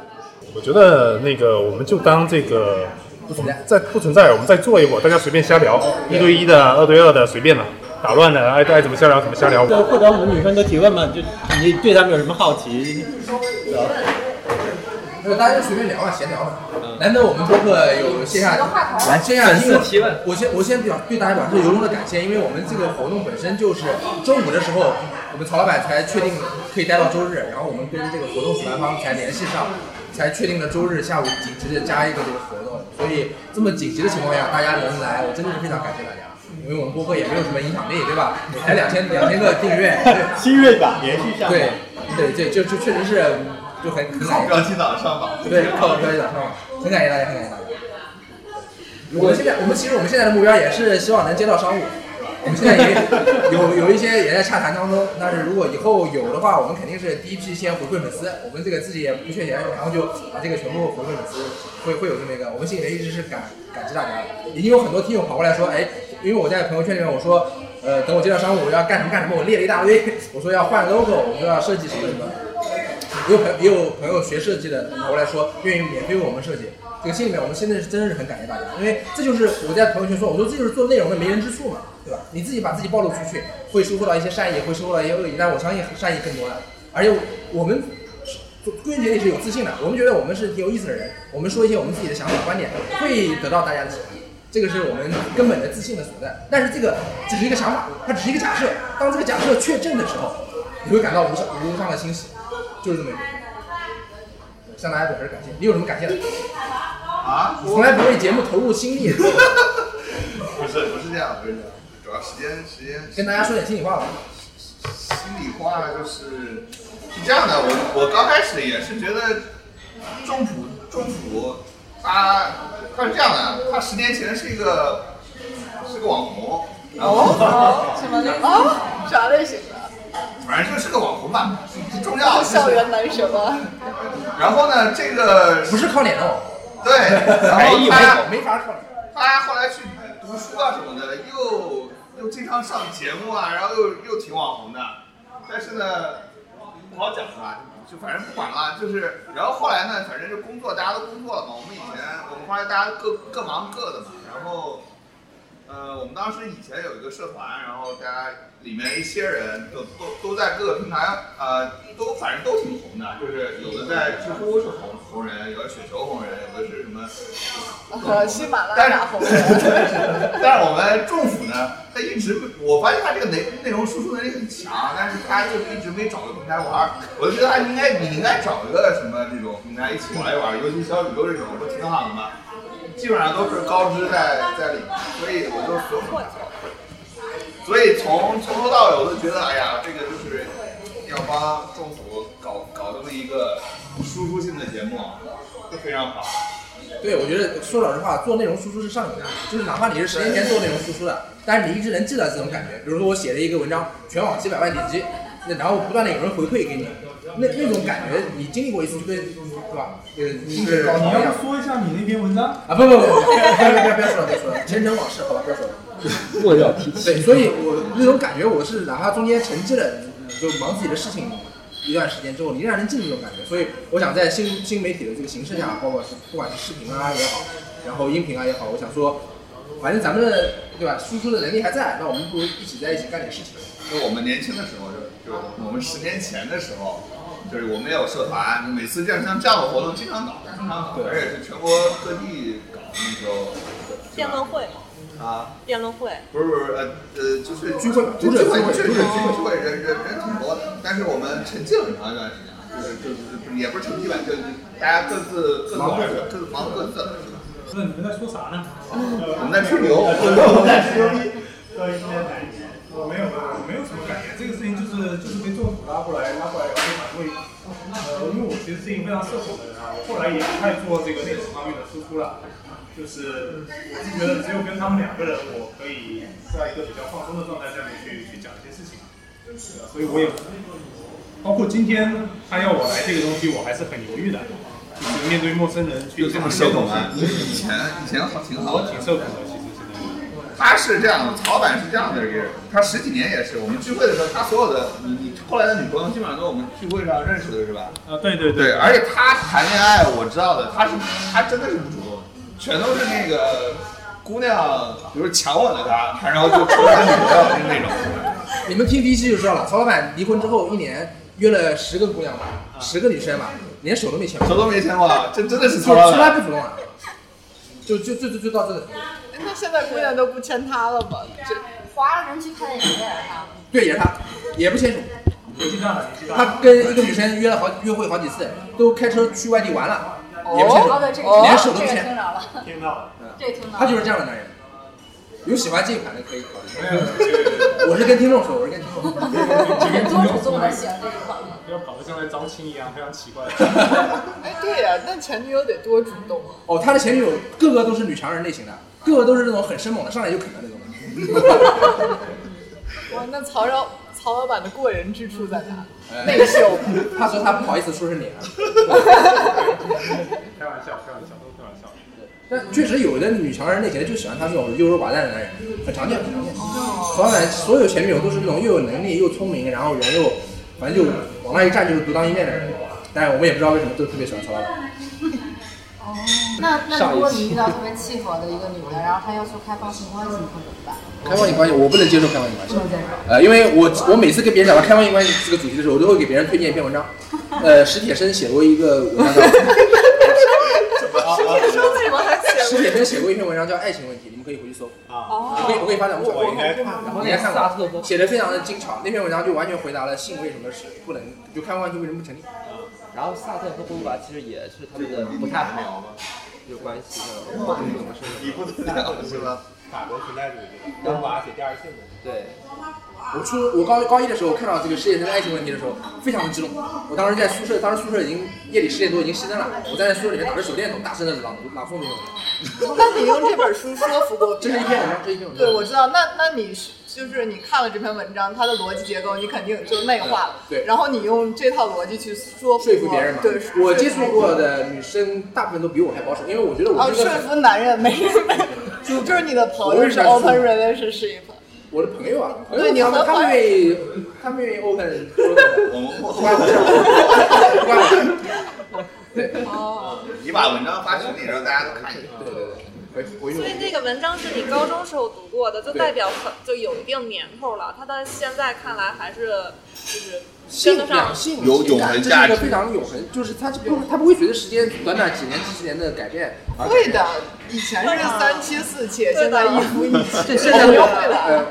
Speaker 1: 我觉得那个我们就当这个
Speaker 4: 不存在，
Speaker 1: 在不存在，我们再做一会儿，大家随便瞎聊，一对一的、二对二的，随便了，打乱了，爱爱怎么瞎聊怎么瞎聊。
Speaker 15: 就或者我们女生都提问嘛，就你对他们有什么好 奇？
Speaker 4: 没有，大家就随便聊啊，闲聊嘛。难得我们播客有线下
Speaker 9: 起个话头
Speaker 4: 来线下的
Speaker 15: 提问嗯提问，
Speaker 4: 我先我先表对大家表示由衷的感谢，因为我们这个活动本身就是周五的时候，我们曹老板才确定可以待到周日，然后我们跟这个活动主办方才联系上，才确定了周日下午紧急的加一个这个活动，所以这么紧急的情况下，大家能来，我真的是非常感谢大家。因为我们播客也没有什么影响力，对吧？才两千两千个订阅，
Speaker 14: 新月榜连续上榜
Speaker 4: 对对对，就就确实是就很很
Speaker 5: 靠标题党上榜
Speaker 4: 对，靠标题党上榜，很感谢大家，很感谢大家。我们现在，我们其实我们现在的目标也是希望能接到商务，我们现在也有有一些也在洽谈当中，但是如果以后有的话，我们肯定是第一批先回馈粉丝，我们这个自己也不缺钱，然后就把这个全部回馈粉丝，会会有这么一个，我们心里面一直是感感激大家的，已经有很多听友跑过来说，哎，因为我在朋友圈里面我说，呃，等我接到商务我要干什么干什么，我列了一大堆，我说要换 logo，我说要设计什么什么。也有朋也有朋友学设计的跑过来说愿意免费为我们设计，这个心里面我们现在是真的是很感谢大家，因为这就是我在朋友圈说，我说这就是做内容的迷人之处嘛，对吧？你自己把自己暴露出去，会收获到一些善意，会收获到一些恶意，但我相信善意更多的。而且我们做归根结底是有自信的，我们觉得我们是挺有意思的人，我们说一些我们自己的想法观点，会得到大家的喜欢。这个是我们根本的自信的所在，但是这个只是一个想法，它只是一个假设。当这个假设确证的时候，你会感到无上无上的欣喜，就是这么一个。向大家表示感谢。你有什么感谢的？
Speaker 5: 啊
Speaker 4: 你从来不为节目投入心力，
Speaker 5: 不是不是这样，不是这样，主要时间时间。
Speaker 4: 跟大家说点心里话吧。
Speaker 5: 心里话就是是这样的，我我刚开始也是觉得中普中普他他是这样的，他十年前是一个是个网红，然后、
Speaker 3: 哦，什么类型？哦，啥类型的？
Speaker 5: 反正就是个网红吧，不重要。就是
Speaker 3: 校园男神吗？
Speaker 5: 然后呢，这个
Speaker 4: 不是靠脸的网红，
Speaker 5: 对，然
Speaker 4: 哎
Speaker 5: 后
Speaker 4: 呦
Speaker 5: 他
Speaker 4: 没法靠脸。
Speaker 5: 他后来去读书啊什么的，又又经常上节目啊，然后又又挺网红的，但是呢，不好讲是吧？就反正不管了，就是，然后后来呢，反正就工作，大家都工作了嘛。我们以前，我们后来大家各各忙各的嘛。然后，呃，我们当时以前有一个社团，然后大家里面一些人都都都在各个平台，呃，都反正都挺红的，就是有的在知乎是红红人，有的雪球红人，有的是什么
Speaker 3: 呃，喜马拉雅红人。
Speaker 5: 但是我们政府呢，他一直我发现他这个内内容输出能力很强，但是他就一直没找个平台玩儿。我就觉得他应该你应该找一个什么这种平台一起玩一玩，尤其小宇宙这种不挺好的吗？基本上都是高知在在里面，所以我就所有所以从从头到尾我都觉得，哎呀，这个就是要帮政府搞搞这么一个输出性的节目，就非常好。
Speaker 4: 对，我觉得说老实话，做内容输出是上瘾的，就是哪怕你是十年前做内容输出的，但是你一直能记得这种感觉。比如说我写了一个文章，全网几百万点击，那然后不断的有人回馈给你，那那种感觉，你经历过一次就跟对吧？呃，
Speaker 14: 你
Speaker 4: 是高能
Speaker 14: 要
Speaker 4: 量
Speaker 14: 不说一下你那篇文章
Speaker 4: 啊！不不不，不不要不要说了，不要说了，前尘往事，好吧，不要说了。
Speaker 15: 我要提起。
Speaker 4: 对，所以我那种感觉，我是哪怕中间沉寂了，嗯就忙自己的事情一段时间之后，你让人进入这种感觉。所以我想在新新媒体的这个形式下，包括是不管是视频啊也好，然后音频啊也好，我想说，反正咱们对吧，输出的能力还在，那我们不如一起在一起干点事情。
Speaker 5: 就我们年轻的时候，就就我们十年前的时候，就是我们也有社团，每次像像这样的活动经常搞，经常搞，而且是全国各地搞，那时候
Speaker 10: 辩论会嘛，
Speaker 5: 啊，
Speaker 10: 辩论会。
Speaker 5: 不是不是，呃呃，就是
Speaker 4: 聚会
Speaker 5: 聚
Speaker 4: 读
Speaker 5: 会，
Speaker 4: 者
Speaker 5: 聚
Speaker 4: 聚会读
Speaker 5: 会，聚会，
Speaker 4: 者
Speaker 5: 聚会，人人人挺多的。但是我们沉寂了很长一段时间，啊，就是就是也不是沉寂吧，就是大家各自各自玩儿，各自忙各自的，是吧？
Speaker 14: 那你们在说啥呢？
Speaker 5: 我们在吹 牛，
Speaker 14: 我们在吹牛逼。
Speaker 5: 对，一些感言。
Speaker 14: 我没有，我没有什么感觉。这个事情就是就是被政府拉过来，拉过来以后反馈。呃，因为我其实是一个非常社恐的人啊，我后来也不太做这个内容方面的输出了。就是我是觉得只有跟他们两个人，我可以在一个比较放松的状态下面去去讲一些事情。所以我也包括今天他要我来这个东西，我还是很犹豫的。就是面对陌生人去
Speaker 5: 就这么
Speaker 14: 讲一
Speaker 5: 社
Speaker 14: 些
Speaker 5: 恐
Speaker 14: 东西
Speaker 5: 啊？你以前以前好挺好
Speaker 14: 我
Speaker 5: 的
Speaker 14: 挺。社恐的，其实现在。
Speaker 5: 他是这样的，曹板是这样的一个人，他十几年也是。我们聚会的时候，他所有的你你后来的女朋友基本上都是我们聚会上认识的，是吧？
Speaker 14: 啊，对对
Speaker 5: 对，而且他谈恋爱，我知道的，他是他真的是不主动，全都是那个姑娘，比如抢我的他，他然后就抽他女朋友就是那种。
Speaker 4: 你们听第一期就知道了，曹老板离婚之后一年约了十个姑娘吧，十个女生吧，连手都没牵过，
Speaker 5: 手都没牵过，这真的是曹
Speaker 4: 从
Speaker 5: 老板
Speaker 4: 从来不主动啊，就就就就就到这里。
Speaker 3: 那现在姑娘都不牵他了吧？这
Speaker 9: 华人去看电啊影也
Speaker 4: 对，也
Speaker 9: 是他。
Speaker 4: 是他，也不牵手。
Speaker 14: 年纪大了，年纪大
Speaker 4: 他跟一个女生约了好约会好几次，都开车去外地玩了，也不牵手，
Speaker 9: 哦，对，这个
Speaker 4: 连手都不
Speaker 9: 这个
Speaker 4: 牵
Speaker 9: 听。着了，
Speaker 14: 听到了，
Speaker 9: 这个听着了。
Speaker 4: 他就是这样的男人。有喜欢这一款的可以考虑。
Speaker 14: 没有
Speaker 4: 我是跟听众说，我是跟听众 说。
Speaker 9: 这个多主动的喜欢这一款。
Speaker 14: 要搞得像在招亲一样，非常奇怪。
Speaker 4: 啊
Speaker 3: 哎，对呀、那前女友得多主动啊！
Speaker 4: 哦，他的前女友个个都是女强人类型的，个个都是那种很生猛的，上来就啃的那种。
Speaker 3: 哇，那曹老曹老板的过人之处在哪？
Speaker 4: 哎
Speaker 3: 内秀。
Speaker 4: 他说他不好意思说是你 啊。
Speaker 14: 开玩笑，开玩笑，都开玩笑。
Speaker 4: 但确实有的女强人类型就喜欢他这种优柔寡断的男人，很常见，很常见。曹老板所有前女友都是那种又有能力又聪明，然后人又反正就往那一站就是独当一面的人。但是我们也不知道为什么都特别喜欢曹老板。
Speaker 9: 哦，那那
Speaker 4: 上
Speaker 9: 如
Speaker 4: 一
Speaker 9: 果
Speaker 4: 期
Speaker 9: 你遇到特别契合的一个女的，然后她要求开放性关系，你会怎么办？
Speaker 4: 开放性关系我不能接受开放性关系
Speaker 9: 不。能接受。
Speaker 4: 呃，因为我我每次跟别人讲到开放性关系这个主题的时候，我都会给别人推荐一篇文章。呃，史铁生写过一个文章叫，啊
Speaker 3: 这时候怎么 还
Speaker 4: 史
Speaker 3: 写
Speaker 4: 铁生写过一篇文章叫《爱情问题》，你们可以回去搜。
Speaker 3: 哦
Speaker 4: 我给我给你发两部小说，然后你还看
Speaker 3: 萨特
Speaker 4: 过，写的非常的精巧。那篇文章就完全回答了性为什么是不能，就开放关系为什么不成立。
Speaker 7: 然后萨特和波伏娃其实也是他们的不太好有关系的，
Speaker 5: 你不得了是吧？
Speaker 14: 法国存在主义，波伏娃写第二性的。
Speaker 7: 对，
Speaker 4: 我初我高高一的时候看到这个史铁生的爱情问题的时候，非常的激动。我当时在宿舍，当时宿舍已经夜里十点多已经熄灯了，我站在宿舍里面打着手电筒，大声的朗读朗诵这篇文章。
Speaker 3: 那你用这本书说服过别
Speaker 4: 这是
Speaker 3: 人
Speaker 4: 一 篇文章，这是一篇文章。
Speaker 3: 对，我知道。那那你是就是你看了这篇文章，它的逻辑结构你肯定就内化了。
Speaker 4: 嗯对
Speaker 3: 然后你用这套逻辑去说服
Speaker 4: 说服别人嘛。
Speaker 3: 对，
Speaker 4: 我接触过的女生大部分都比我还保守，因为我觉得我
Speaker 3: 哦，
Speaker 4: 是
Speaker 3: 说
Speaker 4: 一个很
Speaker 3: 服男人没什么，就是你的朋
Speaker 4: 我
Speaker 3: 友
Speaker 4: 为
Speaker 3: 是
Speaker 4: 啥说
Speaker 3: open relationship。
Speaker 4: 我的朋友啊，朋
Speaker 3: 对你
Speaker 4: 友他
Speaker 3: 和
Speaker 4: 们他们
Speaker 3: 朋友
Speaker 4: 愿意，他们愿意 open 说的，
Speaker 5: 我们
Speaker 4: 不关我事儿，不关我事儿。对，
Speaker 3: 哦，
Speaker 5: 你把文章发群里，让大家都 看一看。
Speaker 4: 对对对，我我用
Speaker 10: 所以那个文章是你高中时候读过的，就代表很就有一定年头了。它到现在看来还是就是跟
Speaker 4: 性
Speaker 10: 得上
Speaker 4: 两。性
Speaker 5: 有
Speaker 4: 情
Speaker 5: 永
Speaker 4: 感
Speaker 5: 恒
Speaker 4: 这是
Speaker 5: 价
Speaker 4: 一个
Speaker 5: 值
Speaker 4: 非常永恒，就是它不它不会随着时间短短几年几十年的改变而
Speaker 3: 会
Speaker 4: 改
Speaker 3: 的
Speaker 4: 变。，
Speaker 3: 以前
Speaker 10: 会
Speaker 3: 是
Speaker 10: 的
Speaker 3: 三妻四妾，
Speaker 10: 对
Speaker 3: 现在
Speaker 10: 的
Speaker 3: 一夫一妻。
Speaker 4: 对，现在我
Speaker 3: 我会
Speaker 4: 呃
Speaker 3: 了。，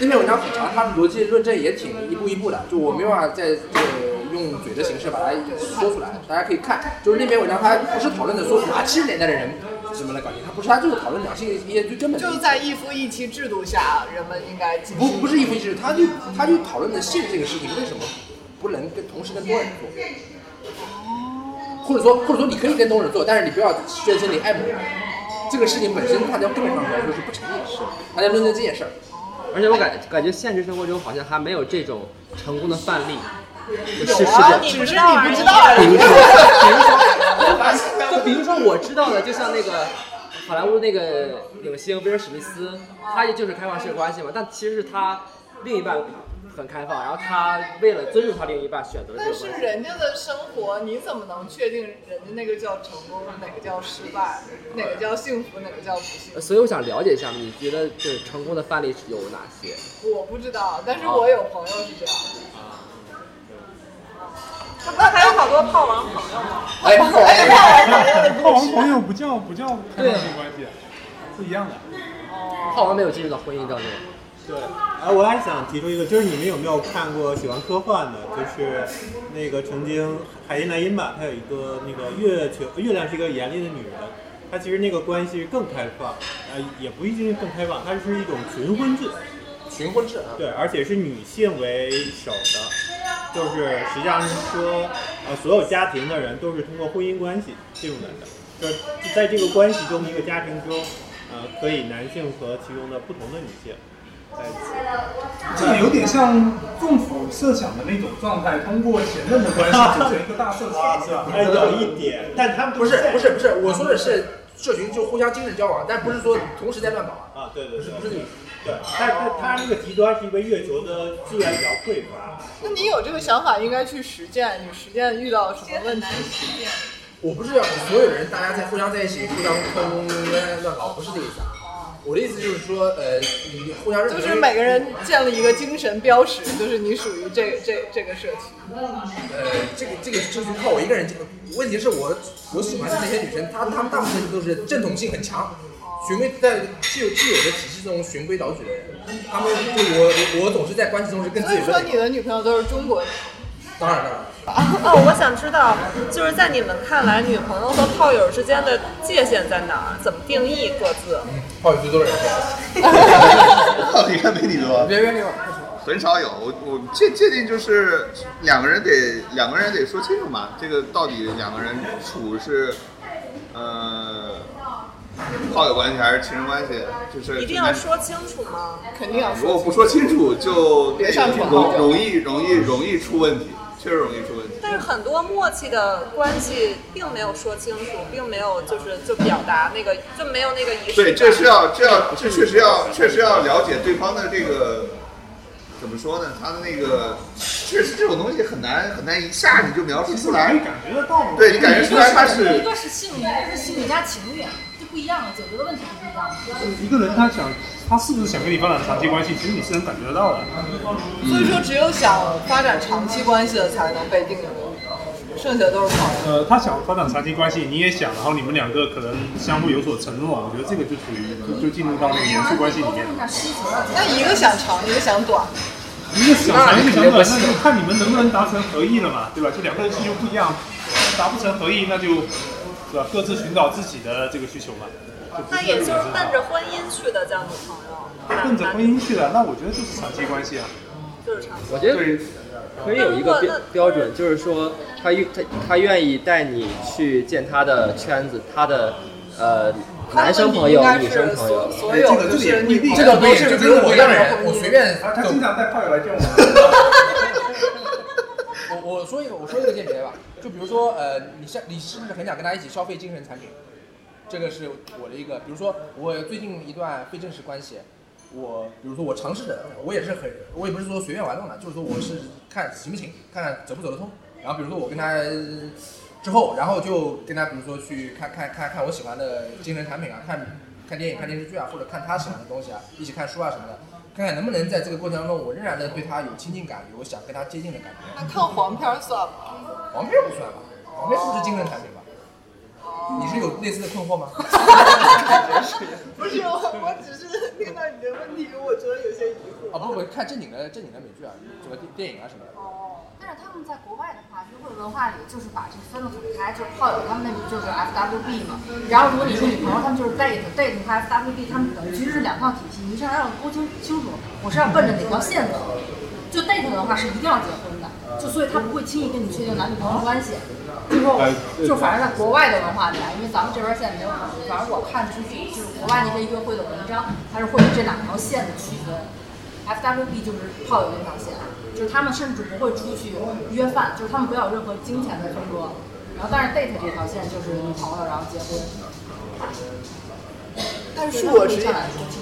Speaker 4: 那篇文章很长，它的逻辑论证也挺一步一步的，就我没办法在呃用嘴的形式把它说出来，大家可以看，就是那篇文章它不是讨论的说什么七十年代的人怎么来搞定，它不是，它就是讨论两性一些最根本的
Speaker 3: 就
Speaker 4: 问题，
Speaker 3: 在一夫一妻制度下，人们应该进
Speaker 4: 不
Speaker 3: 行
Speaker 4: 不是一夫一妻，它就它就讨论的性这个事情为什么不能跟同时跟多人做。或者说，或者说你可以跟多人做，但是你不要宣称你爱某人，这个事情本身它在根本上来说是不成立的。他在论证这件事儿，
Speaker 7: 而且我感感觉现实生活中好像还没有这种成功的范例，就是
Speaker 3: 有
Speaker 7: 是
Speaker 3: 啊，
Speaker 7: 这
Speaker 3: 只
Speaker 7: 样
Speaker 3: 是
Speaker 10: 不
Speaker 3: 你
Speaker 10: 知道而已
Speaker 3: 不知道而
Speaker 7: 比如说，比如说，就比
Speaker 3: 已。
Speaker 7: 如说我知道的，就像那个好莱坞那个影星威尔史密斯，他也就是开放式关系嘛，但其实是他另一半很开放，然后他为了尊重他另一半，选择了这
Speaker 3: 但
Speaker 7: 个
Speaker 3: 是
Speaker 7: 关系。
Speaker 3: 人家的生活，你怎么能确定人家那个叫成功，哪个叫失败，哪个叫幸福，哪个叫不幸？
Speaker 7: 呃所以我想了解一下，你觉得就是成功的范例有哪些？
Speaker 3: 我不知道，但是我有朋友是这样的。
Speaker 10: 这不是还有好多炮王朋友吗？
Speaker 7: 哎炮王
Speaker 1: 炮王朋友不叫不叫开放性关系，不一样的。
Speaker 7: 浩文没有进入到婚姻当中。
Speaker 15: 对，哎，我还想提出一个，就是你们有没有看过喜欢科幻的？就是那个曾经海因莱因吧，他有一个那个月球，月亮是一个严厉的女人，她其实那个关系更开放，呃，也不一定是更开放，它是一种群婚制。
Speaker 7: 群婚制啊。
Speaker 15: 对，而且是女性为首的，就是实际上是说，呃，所有家庭的人都是通过婚姻关系进入来的，就是在这个关系中，一个家庭中，呃，可以男性和其中的不同的女性在一起。
Speaker 1: 这有点像政府设想的那种状态，通过前任的关系组成一个大社群，是吧？
Speaker 15: 哎，有一点，但他们
Speaker 4: 不是不是不是，我说的是社群就互相精神交往，但不是说同时在乱搞啊。
Speaker 15: 啊，对对对，
Speaker 4: 不是你，
Speaker 15: 对，但是他那个极端是因为月球的资源比较匮乏，
Speaker 3: 那你有这个想法，应该去实践。你实践遇到什么问题？
Speaker 4: 我不是要所有人大家在互相在一起互相坑乱搞，不是这个意思啊。我的意思就是说，呃，你互相认
Speaker 3: 就
Speaker 4: 可
Speaker 3: 是每个人建立一个精神标识，就是你属于这这这个社区。
Speaker 4: 呃，这个这个就是靠我一个人经。问题是我我喜欢的那些女生，她她们大部分都是正统性很强，循规在既有既有的体系中循规蹈矩的人。她们对我我我总是在关系中是更
Speaker 3: 所
Speaker 4: 自
Speaker 3: 以
Speaker 4: 由
Speaker 3: 说
Speaker 4: 的
Speaker 3: 你。的女朋友都是中国人。
Speaker 4: 当然了，
Speaker 10: 哦，我想知道，就是在你们看来，女朋友和炮友之间的界限在哪儿？怎么定义各自？
Speaker 4: 泡友最多的人，
Speaker 5: 到底还没你多。
Speaker 4: 别别别，
Speaker 5: 很少有。我我这这定就是两个人得两个人得说清楚嘛，这个到底两个人处是呃炮友关系还是情人关系，就是
Speaker 10: 一定要说清楚吗？
Speaker 3: 肯定要
Speaker 5: 如果不说清楚就
Speaker 10: 别上床
Speaker 5: 容容易容易容易出问题，确实容易出问题。
Speaker 10: 但是很多默契的关系并没有说清楚，并没有就是就表达那个就没有那个仪式感。
Speaker 5: 对，这是要这要这确实要确实要了解对方的这个怎么说呢？他的那个确实这种东西很难很难一下子就描述出来，
Speaker 1: 你感觉得到
Speaker 5: 对你感觉出来他是
Speaker 9: 一个是性缘，一个是性格加情缘，这不一样的，解决的问题不一样
Speaker 1: 一个人他想，他是不是想跟你发展长期关系，其实你是能感觉得到的。
Speaker 3: 所以说，只有想发展长期关系的才能被定义，剩下都是朋友。
Speaker 1: 呃，他想发展长期关系，你也想，然后你们两个可能相互有所承诺，我觉得这个就属于就就进入到那个严肃关系里面。
Speaker 3: 那一个想长，一个想短，
Speaker 1: 一个想长，一个想短，那就看你们能不能达成合意了嘛，对吧？就两个人需求不一样，达不成合意，那就，是吧？各自寻找自己的这个需求嘛。就不
Speaker 10: 那
Speaker 1: 是
Speaker 10: 也
Speaker 1: 这
Speaker 10: 就是
Speaker 1: 个
Speaker 10: 奔着婚姻去的叫女朋友，
Speaker 1: 奔着婚姻去的，那我觉得就是长期关系啊。
Speaker 10: 就是长期。
Speaker 7: 我觉得可以有一个标标准，就是说他愿他他愿意带你去见他的圈子，他的呃男生朋友
Speaker 3: 应该、是
Speaker 7: 女生朋友。
Speaker 3: 所有这个就是这个也不一定女
Speaker 4: 这个不是，就比如我让人，我随便。
Speaker 1: 他经常带炮友来见我。
Speaker 4: 我我说一个，我说一个间谍吧，就比如说，呃，你像你是不是很想跟他一起消费精神产品？这个是我的一个，比如说我最近一段非正式关系，我比如说我尝试着，我也是很，我也不是说随便玩弄的，就是说我是看行不行，看看走不走得通。然后比如说我跟他呃之后，然后就跟他比如说去看看看看我喜欢的精神产品啊，看看电影、看电视剧啊，或者看他喜欢的东西啊，一起看书啊什么的，看看能不能在这个过程当中，我仍然的对他有亲近感，有想跟他接近的感觉。
Speaker 3: 那看黄片儿算 吗？
Speaker 4: 黄片不算吧？黄片是不是精神产品吧？你是有类似的困惑吗？
Speaker 3: 不是，我我只是听到你的问题，我觉得有些疑惑。
Speaker 4: 啊不不，看正经的正经的美剧啊，什么电电影啊什么的。
Speaker 9: 但是他们在国外的话，约会文化里就是把这分得很开，就是炮友他们那里就是 FWB 嘛，然后如果你是女朋友，他们就是 date，date 和 FWB 他们等于其实是两套体系，你是要让我清清楚，我是要奔着哪条线走。就 date 的话是一定要结婚的，就所以他不会轻易跟你确定男女朋友关系。就说
Speaker 15: 哎对
Speaker 9: 就反正在国外的文化里啊，因为咱们这边现在没有考虑，反正我看出去就是国外那些约会的文章，它是会有这两条线的区分。FWB 就是炮友那条线，就是他们甚至不会出去约饭，就是他们不要有任何金钱的分割。然后但是 date 这条线就是女朋友，然后结婚。
Speaker 3: 但恕我直言，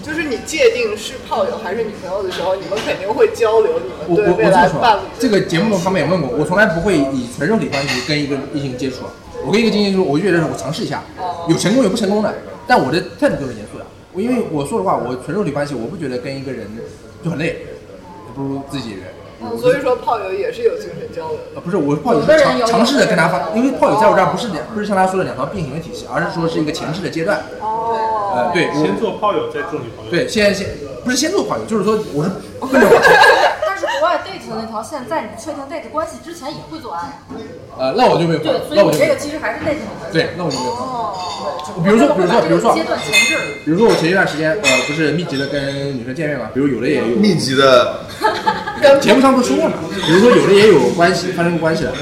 Speaker 3: 就是你界定是炮友还是女朋友的时候，你们肯定会交流你
Speaker 4: 我
Speaker 3: 们
Speaker 4: 我
Speaker 3: 对
Speaker 4: 我这
Speaker 3: 未
Speaker 4: 么
Speaker 3: 来伴
Speaker 4: 说啊
Speaker 3: 侣，。
Speaker 4: 这个节目他们也问过，我从来不会以纯肉体关系跟一个异性接触。啊我跟一个异性接触，我就觉得我尝试一下，有成功有不成功的，但我的态度都是严肃的。我因为我说的话，我纯肉体关系，我不觉得跟一个人就很累，不如自己人。
Speaker 3: 嗯，所以说炮友也是有精神交流的。
Speaker 4: 呃，不是，我炮友
Speaker 3: 有
Speaker 4: 是
Speaker 3: 的人
Speaker 4: 尝
Speaker 3: 有
Speaker 4: 尝试
Speaker 3: 有哦
Speaker 4: 着
Speaker 3: 的
Speaker 4: 跟他
Speaker 3: 人
Speaker 4: 发，因为炮友在我这儿不是两，不是像他说的两条并行的体系，而是说是一个前置的阶段。
Speaker 3: 哦，
Speaker 4: 呃，对，我
Speaker 14: 先做炮友，再做女朋友。
Speaker 4: 对，现在先不是先做炮友，就是说 我是
Speaker 9: 但是国外 date 的那条线，在你确定 date 关系之前也会做爱啊。
Speaker 4: 呃，那我就没有炮友
Speaker 9: 对，，所以
Speaker 4: 那我
Speaker 9: 你
Speaker 4: 就
Speaker 9: 这
Speaker 4: 没有
Speaker 9: 个。其实还是 date 的关系。
Speaker 4: 对，那我就没有炮友。
Speaker 9: 哦
Speaker 4: 比如说比如说比如说
Speaker 9: 阶段前置。
Speaker 4: 比如说我前一段时间，呃，不是密集的跟女生见面嘛，比如有的也有
Speaker 5: 密集的，
Speaker 4: 节目上都说过嘛，比如说有的也有关系发生过关系的，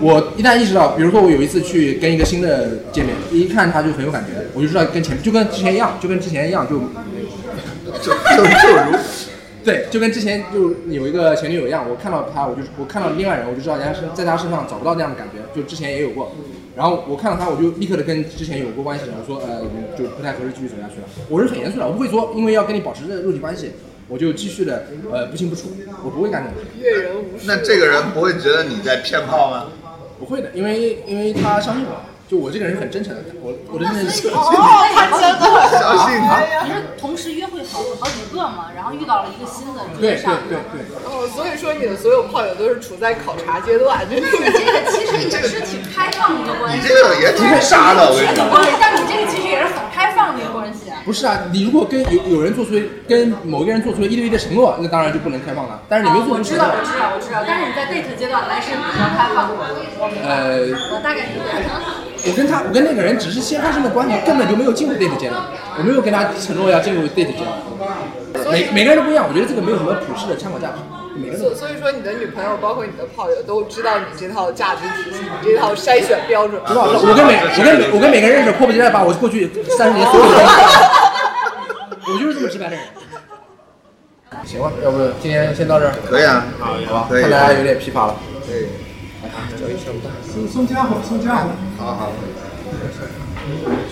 Speaker 4: 我一旦意识到，比如说我有一次去跟一个新的见面，一看他就很有感觉，我就知道跟前就跟之前一样，就跟之前一样就
Speaker 5: 就就就如
Speaker 4: 对，就跟之前就有一个前女友一样，我看到她，我就我看到另外人，我就知道人家身在她身上找不到那样的感觉，就之前也有过。然后我看到她，我就立刻的跟之前有过关系的人说，呃，就不太合适继续走下去了。我是很严肃的，我不会说，因为要跟你保持着肉体关系，我就继续的呃不清不楚，我不会干这种事。
Speaker 3: 阅人无数。
Speaker 5: 那这个人不会觉得你在骗炮吗？
Speaker 4: 不会的，因为因为她相信我，就我这个人是很真诚的，我我的真
Speaker 9: 哦
Speaker 4: 诚。
Speaker 5: 相信
Speaker 9: 你是同时约会好好几个嘛，然后遇到了一个新的，
Speaker 4: 对
Speaker 9: 追
Speaker 4: 对
Speaker 9: 上了。
Speaker 4: 对对，
Speaker 3: 哦，所以说你的所有炮友都是处在考察阶段，就是
Speaker 9: 这个其实也是挺开放的一个关系。
Speaker 5: 你这个也挺傻的我跟你说
Speaker 9: 不是，但你这个其实也是很开放的一个关系啊。
Speaker 4: 不是啊，你如果跟有有人做出跟某一个人做出一对一的承诺，那当然就不能开放了。但是你没有做
Speaker 9: 哦我
Speaker 4: 出
Speaker 9: 知
Speaker 4: 承
Speaker 9: 道，
Speaker 4: 诺，
Speaker 9: 我知道，我知道。但是你在 date 阶段来是比较开放的，我明白。
Speaker 4: 呃
Speaker 9: 我大概明白。
Speaker 4: 我跟他，我跟那个人只是先发生了关系，根本就没有进入 date 阶段，我没有跟他承诺要进入 date 阶段。每每个人都不一样，我觉得这个没有什么普世的参考价值，每个人都不一
Speaker 3: 所所
Speaker 4: 样
Speaker 3: 以说你的女朋友包括你的炮友都知道你这套价值体系，你这套筛选标准。
Speaker 4: 知道知道我跟每我跟我跟每个人认识，迫不及待把我过去三十年所有的，我就是这么直白的人。行吧，要不今天先到这儿？
Speaker 5: 可以啊，
Speaker 4: 好吧，
Speaker 5: 可以
Speaker 4: 看大家有点疲乏了。啊
Speaker 5: 对，
Speaker 15: 宋宋佳好，宋佳好。
Speaker 4: 好好，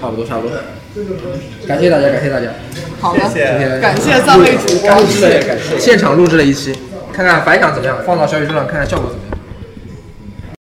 Speaker 4: 差不多差不多，感谢大家，感谢大家。
Speaker 3: 好的，
Speaker 4: 今天
Speaker 3: 感谢三位主播。
Speaker 4: 录制了，感谢现场录制了一期，看看反响怎么样，放到小宇宙上看看效果怎么样。